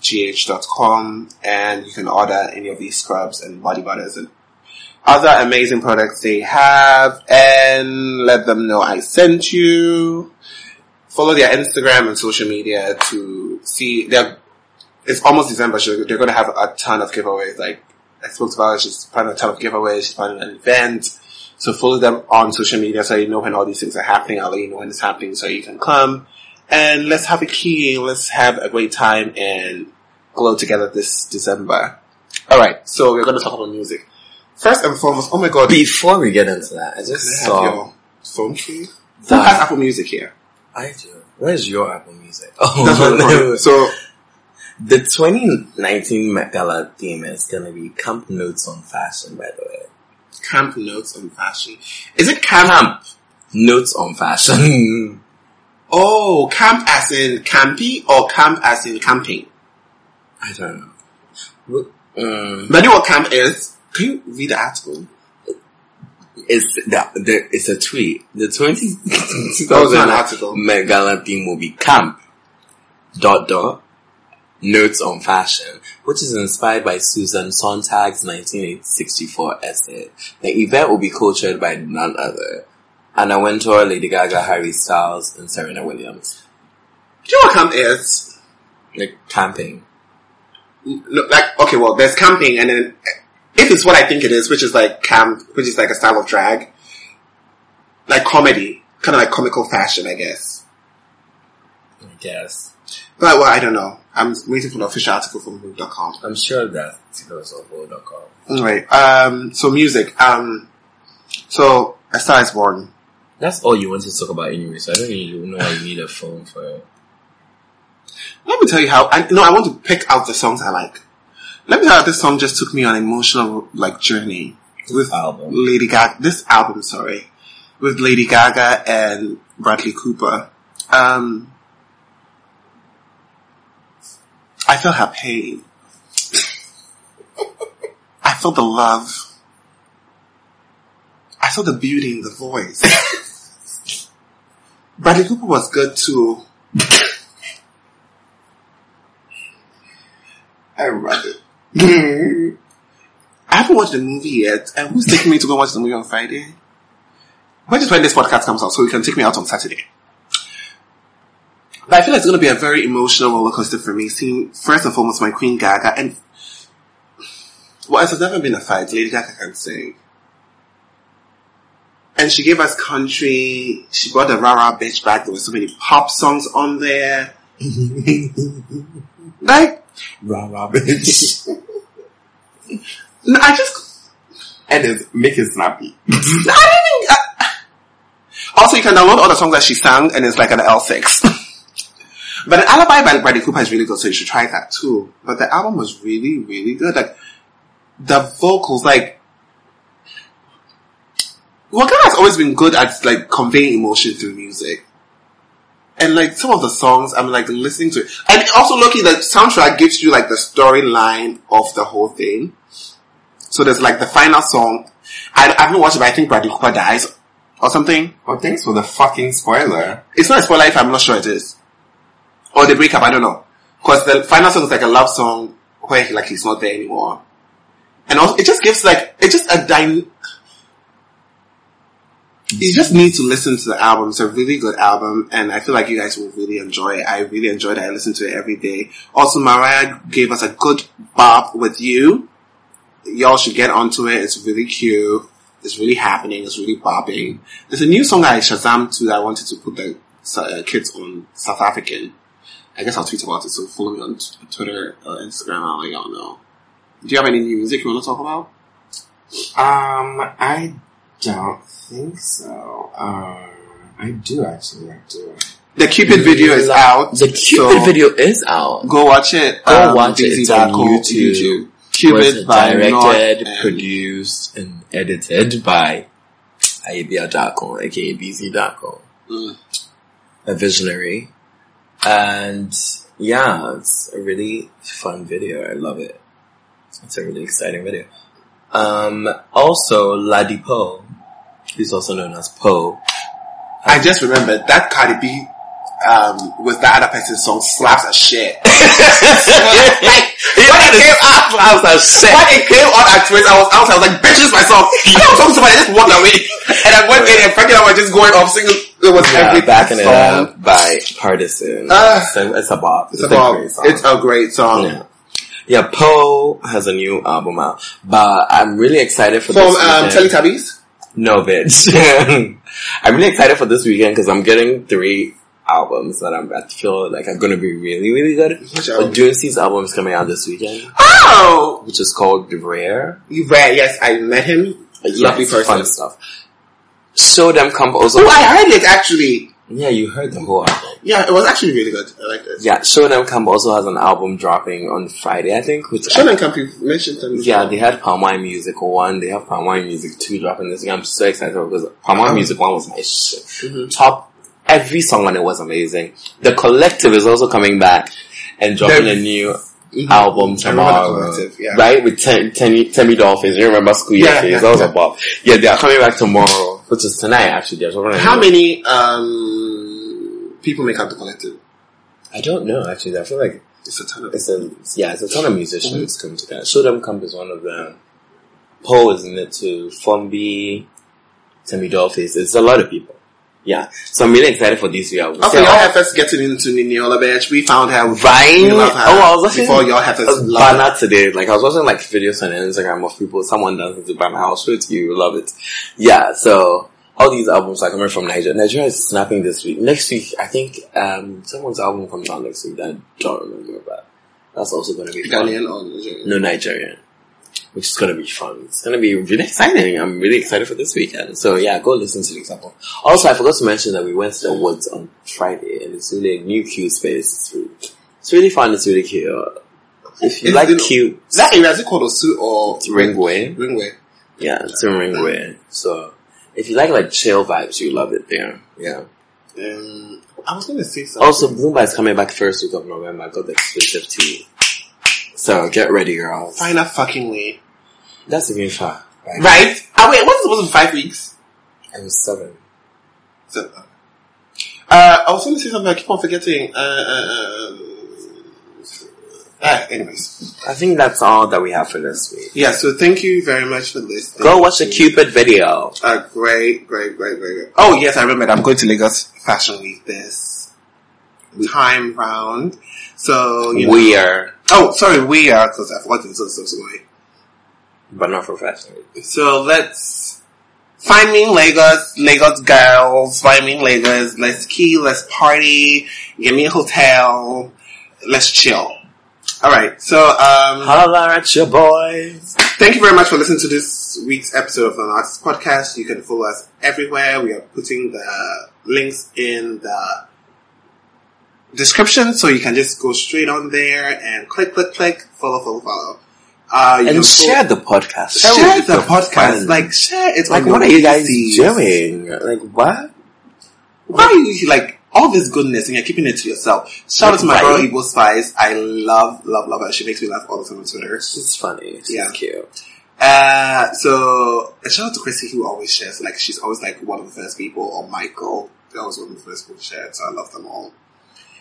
C: skingourmetgh.com and you can order any of these scrubs and body butters and other amazing products they have and let them know I sent you. Follow their Instagram and social media to see their it's almost December, so they're gonna have a ton of giveaways. Like I spoke to Violet, she's planning a ton of giveaways, she's planning an event. So follow them on social media so you know when all these things are happening, I'll let you know when it's happening so you can come. And let's have a key, let's have a great time and glow together this December. Alright, so we're gonna talk about music. First and foremost, oh my god,
D: Before we get into that, I just
C: can I have
D: saw.
C: your phone key? Who
D: That-
C: has Apple Music here?
D: I do. Where's your Apple Music? Oh,
C: That's what I'm calling. So
D: The 2019 Met Gala theme is gonna be Camp Notes on Fashion, by the way.
C: camp notes on fashion. Is it camp?
D: Camp Notes on Fashion.
C: Oh, camp as in campy or camp as in camping?
D: I don't know. Well, Um,
C: But I know what camp is. Can you read the article?
D: it's the, the, it's a tweet. The 20,
C: That was an article.
D: Met Gala theme will be Camp dot dot Notes on Fashion, which is inspired by Susan Sontag's 1964 essay. The event will be co-chaired by none other. Anna Wintour, Lady Gaga, Harry Styles, and Serena Williams.
C: Do you know what camp is?
D: like camping.
C: No, Like, okay, well, there's camping and then if it's what I think it is, which is like camp, which is like a style of drag, like comedy, kind of like comical fashion, I guess.
D: I guess
C: But well, I don't know. I'm waiting for the official article from Move.com.
D: I'm sure that goes on Vogue.com.
C: Anyway, um, so music. Um, so A Star Is Born.
D: That's all you wanted to talk about anyway, so I don't really know why you need a phone for it.
C: Let me tell you how. I, no, I want to pick out the songs I like. Let me tell you, how this song just took me on an emotional like journey with
D: Album.
C: Lady Gaga. This album, sorry, with Lady Gaga and Bradley Cooper. Um, I felt her pain. I felt the love. I saw the beauty in the voice. Bradley Cooper was good too. I love it. I haven't watched the movie yet, and who's taking me to go watch the movie on Friday? Which is when this podcast comes out, so you can take me out on Saturday. But I feel like it's going to be a very emotional roller coaster for me, seeing first and foremost my Queen Gaga, and well, it's never been a fight. Lady Gaga can sing. And she gave us country. She brought the Rara bitch back. There were so many pop songs on there. like,
H: Rah rah bitch.
C: no, I just,
H: and it's, make it snappy.
C: I didn't even, I- also you can download all the songs that she sang and it's like an L6. but an Alibi by Bradley Cooper is really good, so you should try that too. But the album was really, really good. Like, the vocals, like, Wakanda has always been good at like conveying emotion through music. And like some of the songs, I'm like listening to it. And also looking, the soundtrack gives you like the storyline of the whole thing. So there's like the final song. I, I haven't watched it, but I think Bradley Cooper dies or something.
H: Well, thanks for the fucking spoiler.
C: It's not a spoiler if I'm not sure it is. Or they break up, I don't know. Cause the final song is like a love song where he, like he's not there anymore. And also, it just gives like, it just a dyn- you just need to listen to the album. It's a really good album and I feel like you guys will really enjoy it. I really enjoyed it. I listen to it every day. Also, Mariah gave us a good bop with you. Y'all should get onto it. It's really cute. It's really happening. It's really bopping. There's a new song I Shazam to that I wanted to put the uh, kids on South African. I guess I'll tweet about it. So follow me on t- Twitter, uh, Instagram. I'll let y'all know. Do you have any new music you want to talk about?
H: Um, I don't think so. Um, I do actually. I do.
C: The Cupid video is out.
D: The Cupid
C: so
D: video is out.
C: Go watch it. Um,
D: Go watch it. It's on
C: daisy.co,
D: YouTube.
C: Cupid
D: was
C: by
D: directed,
C: North and-
D: produced, and edited by Ayabia Dako, aka BZ Dako,
C: Mm.
D: a visionary. And yeah, it's a really fun video. I love it. It's a really exciting video. Um, also, Ladi Poe, who's also known as Poe.
C: I just remembered that Cardi B um, with the other person's song slaps a shit.
D: When it came out, I was like, shit.
C: When it came on at Twitter, I was out. I was like, bitch, this is my song. And I was talking to somebody, I just walked away. And I went in and fucking I was just going off singing. It was
D: Yeah,
C: every
D: backing it
C: song.
D: up by Partisan.
C: Ah.
D: it's, a, it's a bop.
C: It's, about,
D: great song.
C: it's um, a great song.
D: Yeah. Yeah, Poe has a new album out, but I'm really excited for
C: From
D: this
C: um,
D: weekend.
C: Teletubbies.
D: no, bitch. I'm really excited for this weekend because I'm getting three albums that I'm, I feel like are going to be really, really good.
C: Which album?
D: Juicy's album is coming out this weekend,
C: Oh!
D: which is called Rare.
C: You right, yes, I met him. Lovely
D: Yes, fun
C: person.
D: stuff. Show them come also.
C: Oh, I heard it actually.
D: yeah, you heard the whole album.
C: Yeah, it was actually really good. I like this.
D: Yeah, Show Them Come also has an album dropping on Friday, I think, which I
C: Sean and Campy mentioned them.
D: Yeah, they had Palm Wine Music 1, they have Palm Wine Music 2 dropping this week. I'm so excited because Palm Wine Music 1 was my shit.
C: Mm-hmm.
D: Top, every song on it was amazing. The Collective is also coming back and dropping
C: The-
D: a new
C: Mm-hmm.
D: album
C: I remember The
D: tomorrow.
C: Collective, yeah.
D: Right? With Tem- Tem- Temi Dolphins. You remember School Year
C: Yeah,
D: Days?
C: yeah,
D: that was
C: yeah.
D: a bop. Yeah, they are coming back tomorrow, which is tonight actually. They're dropping a
C: How
D: new-
C: many um, people make up the collective?
D: I don't know actually. I feel like
C: It's a ton of
D: it's a yeah, it's a ton of musicians come together. Show them come is one of them. Poe is in it too. Fombi, Timmy Dollface. It's a lot of people. Yeah, so I'm really excited for these three albums.
C: Okay,
D: So-
C: y'all have us getting into Niniola Bitch. We found her.
D: Vine.
C: We love her.
D: Oh, I was watching
C: Before y'all have us
D: a
C: love
D: banner today. Like I was watching like videos on Instagram of people. Someone dancing to banner. I'll show it to you. You love it. Yeah. So all these albums are coming from Nigeria. Nigeria is snapping this week. Next week, I think um someone's album comes out next week. I don't remember, but that's also going to be fun.
C: Ghanaian or Nigerian.
D: no Nigerian, which is gonna be fun. It's gonna be really exciting. I'm really excited for this weekend. So yeah, go listen to the example. Also, I forgot to mention that we went to the woods on Friday, and it's really a new cute space. It's really, it's really fun. It's really cute. If you
C: Is
D: like
C: it-
D: cute,
C: That area is it called Osu or
D: it's Ringway.
C: Ringway?
D: Yeah, it's in Ringway. So if you like like chill vibes, you love it there. Yeah.
C: Um, I was gonna say something.
D: Also, Bloomba is coming back first week of November. I got the exclusive tea. So get ready, girls.
C: find a fucking way,
D: That's even far. Right?
C: right? Ah, wait, what's supposed to be five weeks?
D: I was seven.
C: So, uh, I was gonna say something. I keep on forgetting. Uh, uh, uh, uh, anyways,
D: I think that's all that we have for this week.
C: yeah. So thank you very much for listening.
D: Go watch the Cupid video.
C: Uh, great, great, great, great, great. Oh yes, I remember. I'm going to Lagos Fashion Week this time round. So you know,
D: We are,
C: oh, sorry, we are because I forgot to so so so.
D: but not professionally.
C: So let's Find me in Lagos, Lagos girls, find me in Lagos, let's key, let's party, give me a hotel, let's chill. Alright, so um
D: Holla at your boys.
C: Thank you very much for listening to this week's episode of the Artist Podcast. You can follow us everywhere. We are putting the links in the description, so you can just go straight on there and click, click, click, follow, follow, follow. Uh, you can
D: And share
C: follow-
D: the podcast.
C: share
D: with
C: the
D: your
C: podcast.
D: friends.
C: Like share it.
D: like
C: on
D: what are
C: your
D: you guys
C: feeds.
D: doing? Like what?
C: Why are you like all this goodness and you're keeping it to yourself? Shout out to my
D: Right.
C: girl Igbo Spice. I love, love, love her. She makes me laugh all the time on Twitter.
D: She's funny. She's
C: Yeah.
D: cute.
C: Uh, so and shout out to Chrissy who always shares. Like she's always like one of the first people, or Michael. That was one of the first people shared. So I love them all.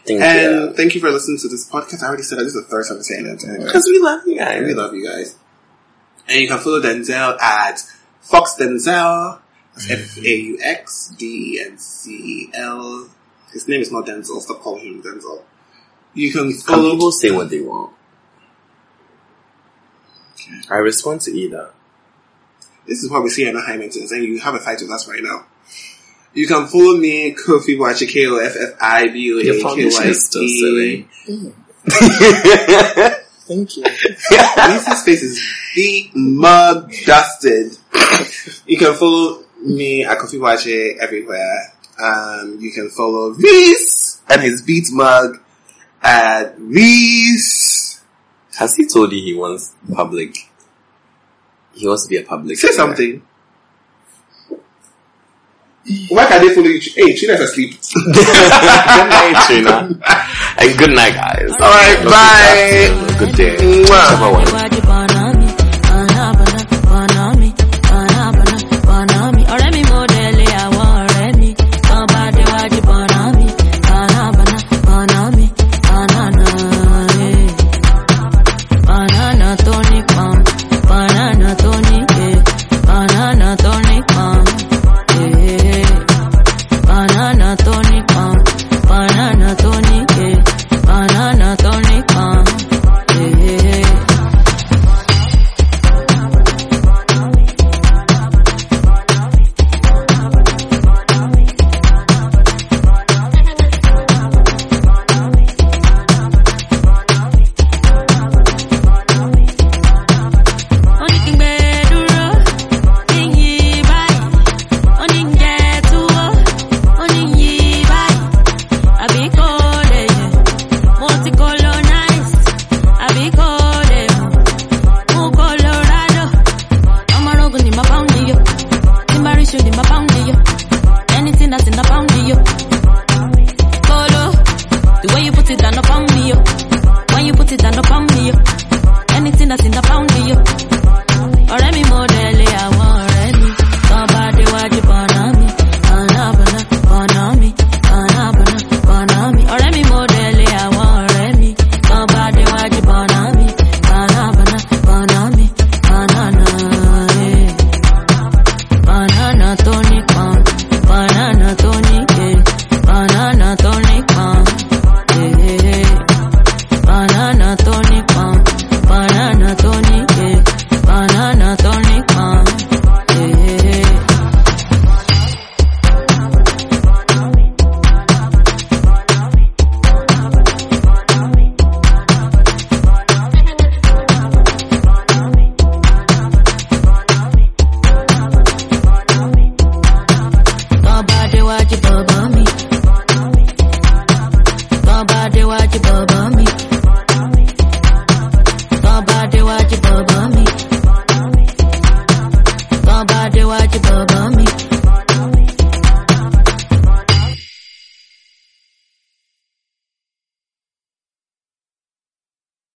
D: Thank
C: And
D: you.
C: thank you for listening to this podcast. I already said that this is the third time I'm saying it. Anyway,
D: Because we love you guys.
C: we love you guys. And you can follow Denzel at Fox Denzel. That's
D: Mm-hmm.
C: F A U X D E N C E L. His name is not Denzel. Stop calling him Denzel. You can
D: Some
C: follow.
D: people say what they want. I respond to either.
C: This is what we see on the high maintenance, and you have a fight with us right now. You can follow me, Kofi Wachi,
D: Your foundation is still silly. Mm-hmm. Thank you.
C: Lisa's face is the mug dusted. you can follow me at Kofi Wachi everywhere. Um, you can follow Reese and his beat mug at Reese.
D: Has he told you he wants public? He wants to be a public.
C: Say
D: figure.
C: something. Why can't they follow you? Hey, Trina's asleep.
D: good night, Trina. And good night, guys. All
C: right, bye.
D: Good day.
C: Mwah.
D: Have a wonderful
B: Iwájú Bọ̀nàmí, Bọ̀nàbọ̀nà, Bọ̀nàmí, Bọ̀nàbọ̀nà, Bọ̀nàmí. Ọ̀rẹ́ mi mo délé àwọn ọ̀rẹ́ mi. Tán bá déwájú Bọ̀nàmí, Bọ̀nàbọ̀nà, Bọ̀nàmí, Bọ̀nànà, eh. Bọ̀nànà tó nípọn, bọ̀nànà tó níke, bọ̀nànà tó nípọn, eh. Bọ̀nànà tó nípọn, bọ̀nànà tó níke, bọ̀nànà tó nípọn, eh. Wọ́n ní kí n gbé dúró, kí n yí báyìí. Wọ́n ní ń jẹ túwó, wọ́n ní ń yí báyìí. Àbí kò lè yẹ, mo ti colonize. Àbí kò lè mọ̀, mú Colorado. Ọmọ orogun ni màá bá ń níyọ, tí n bá rí iṣu ni màá bá ń níyọ. Anything that's in the pound, yo. Colo, the way you put it down upon me, yo. When you put it down upon me, yo. Anything that's in the pound, yo. um. um.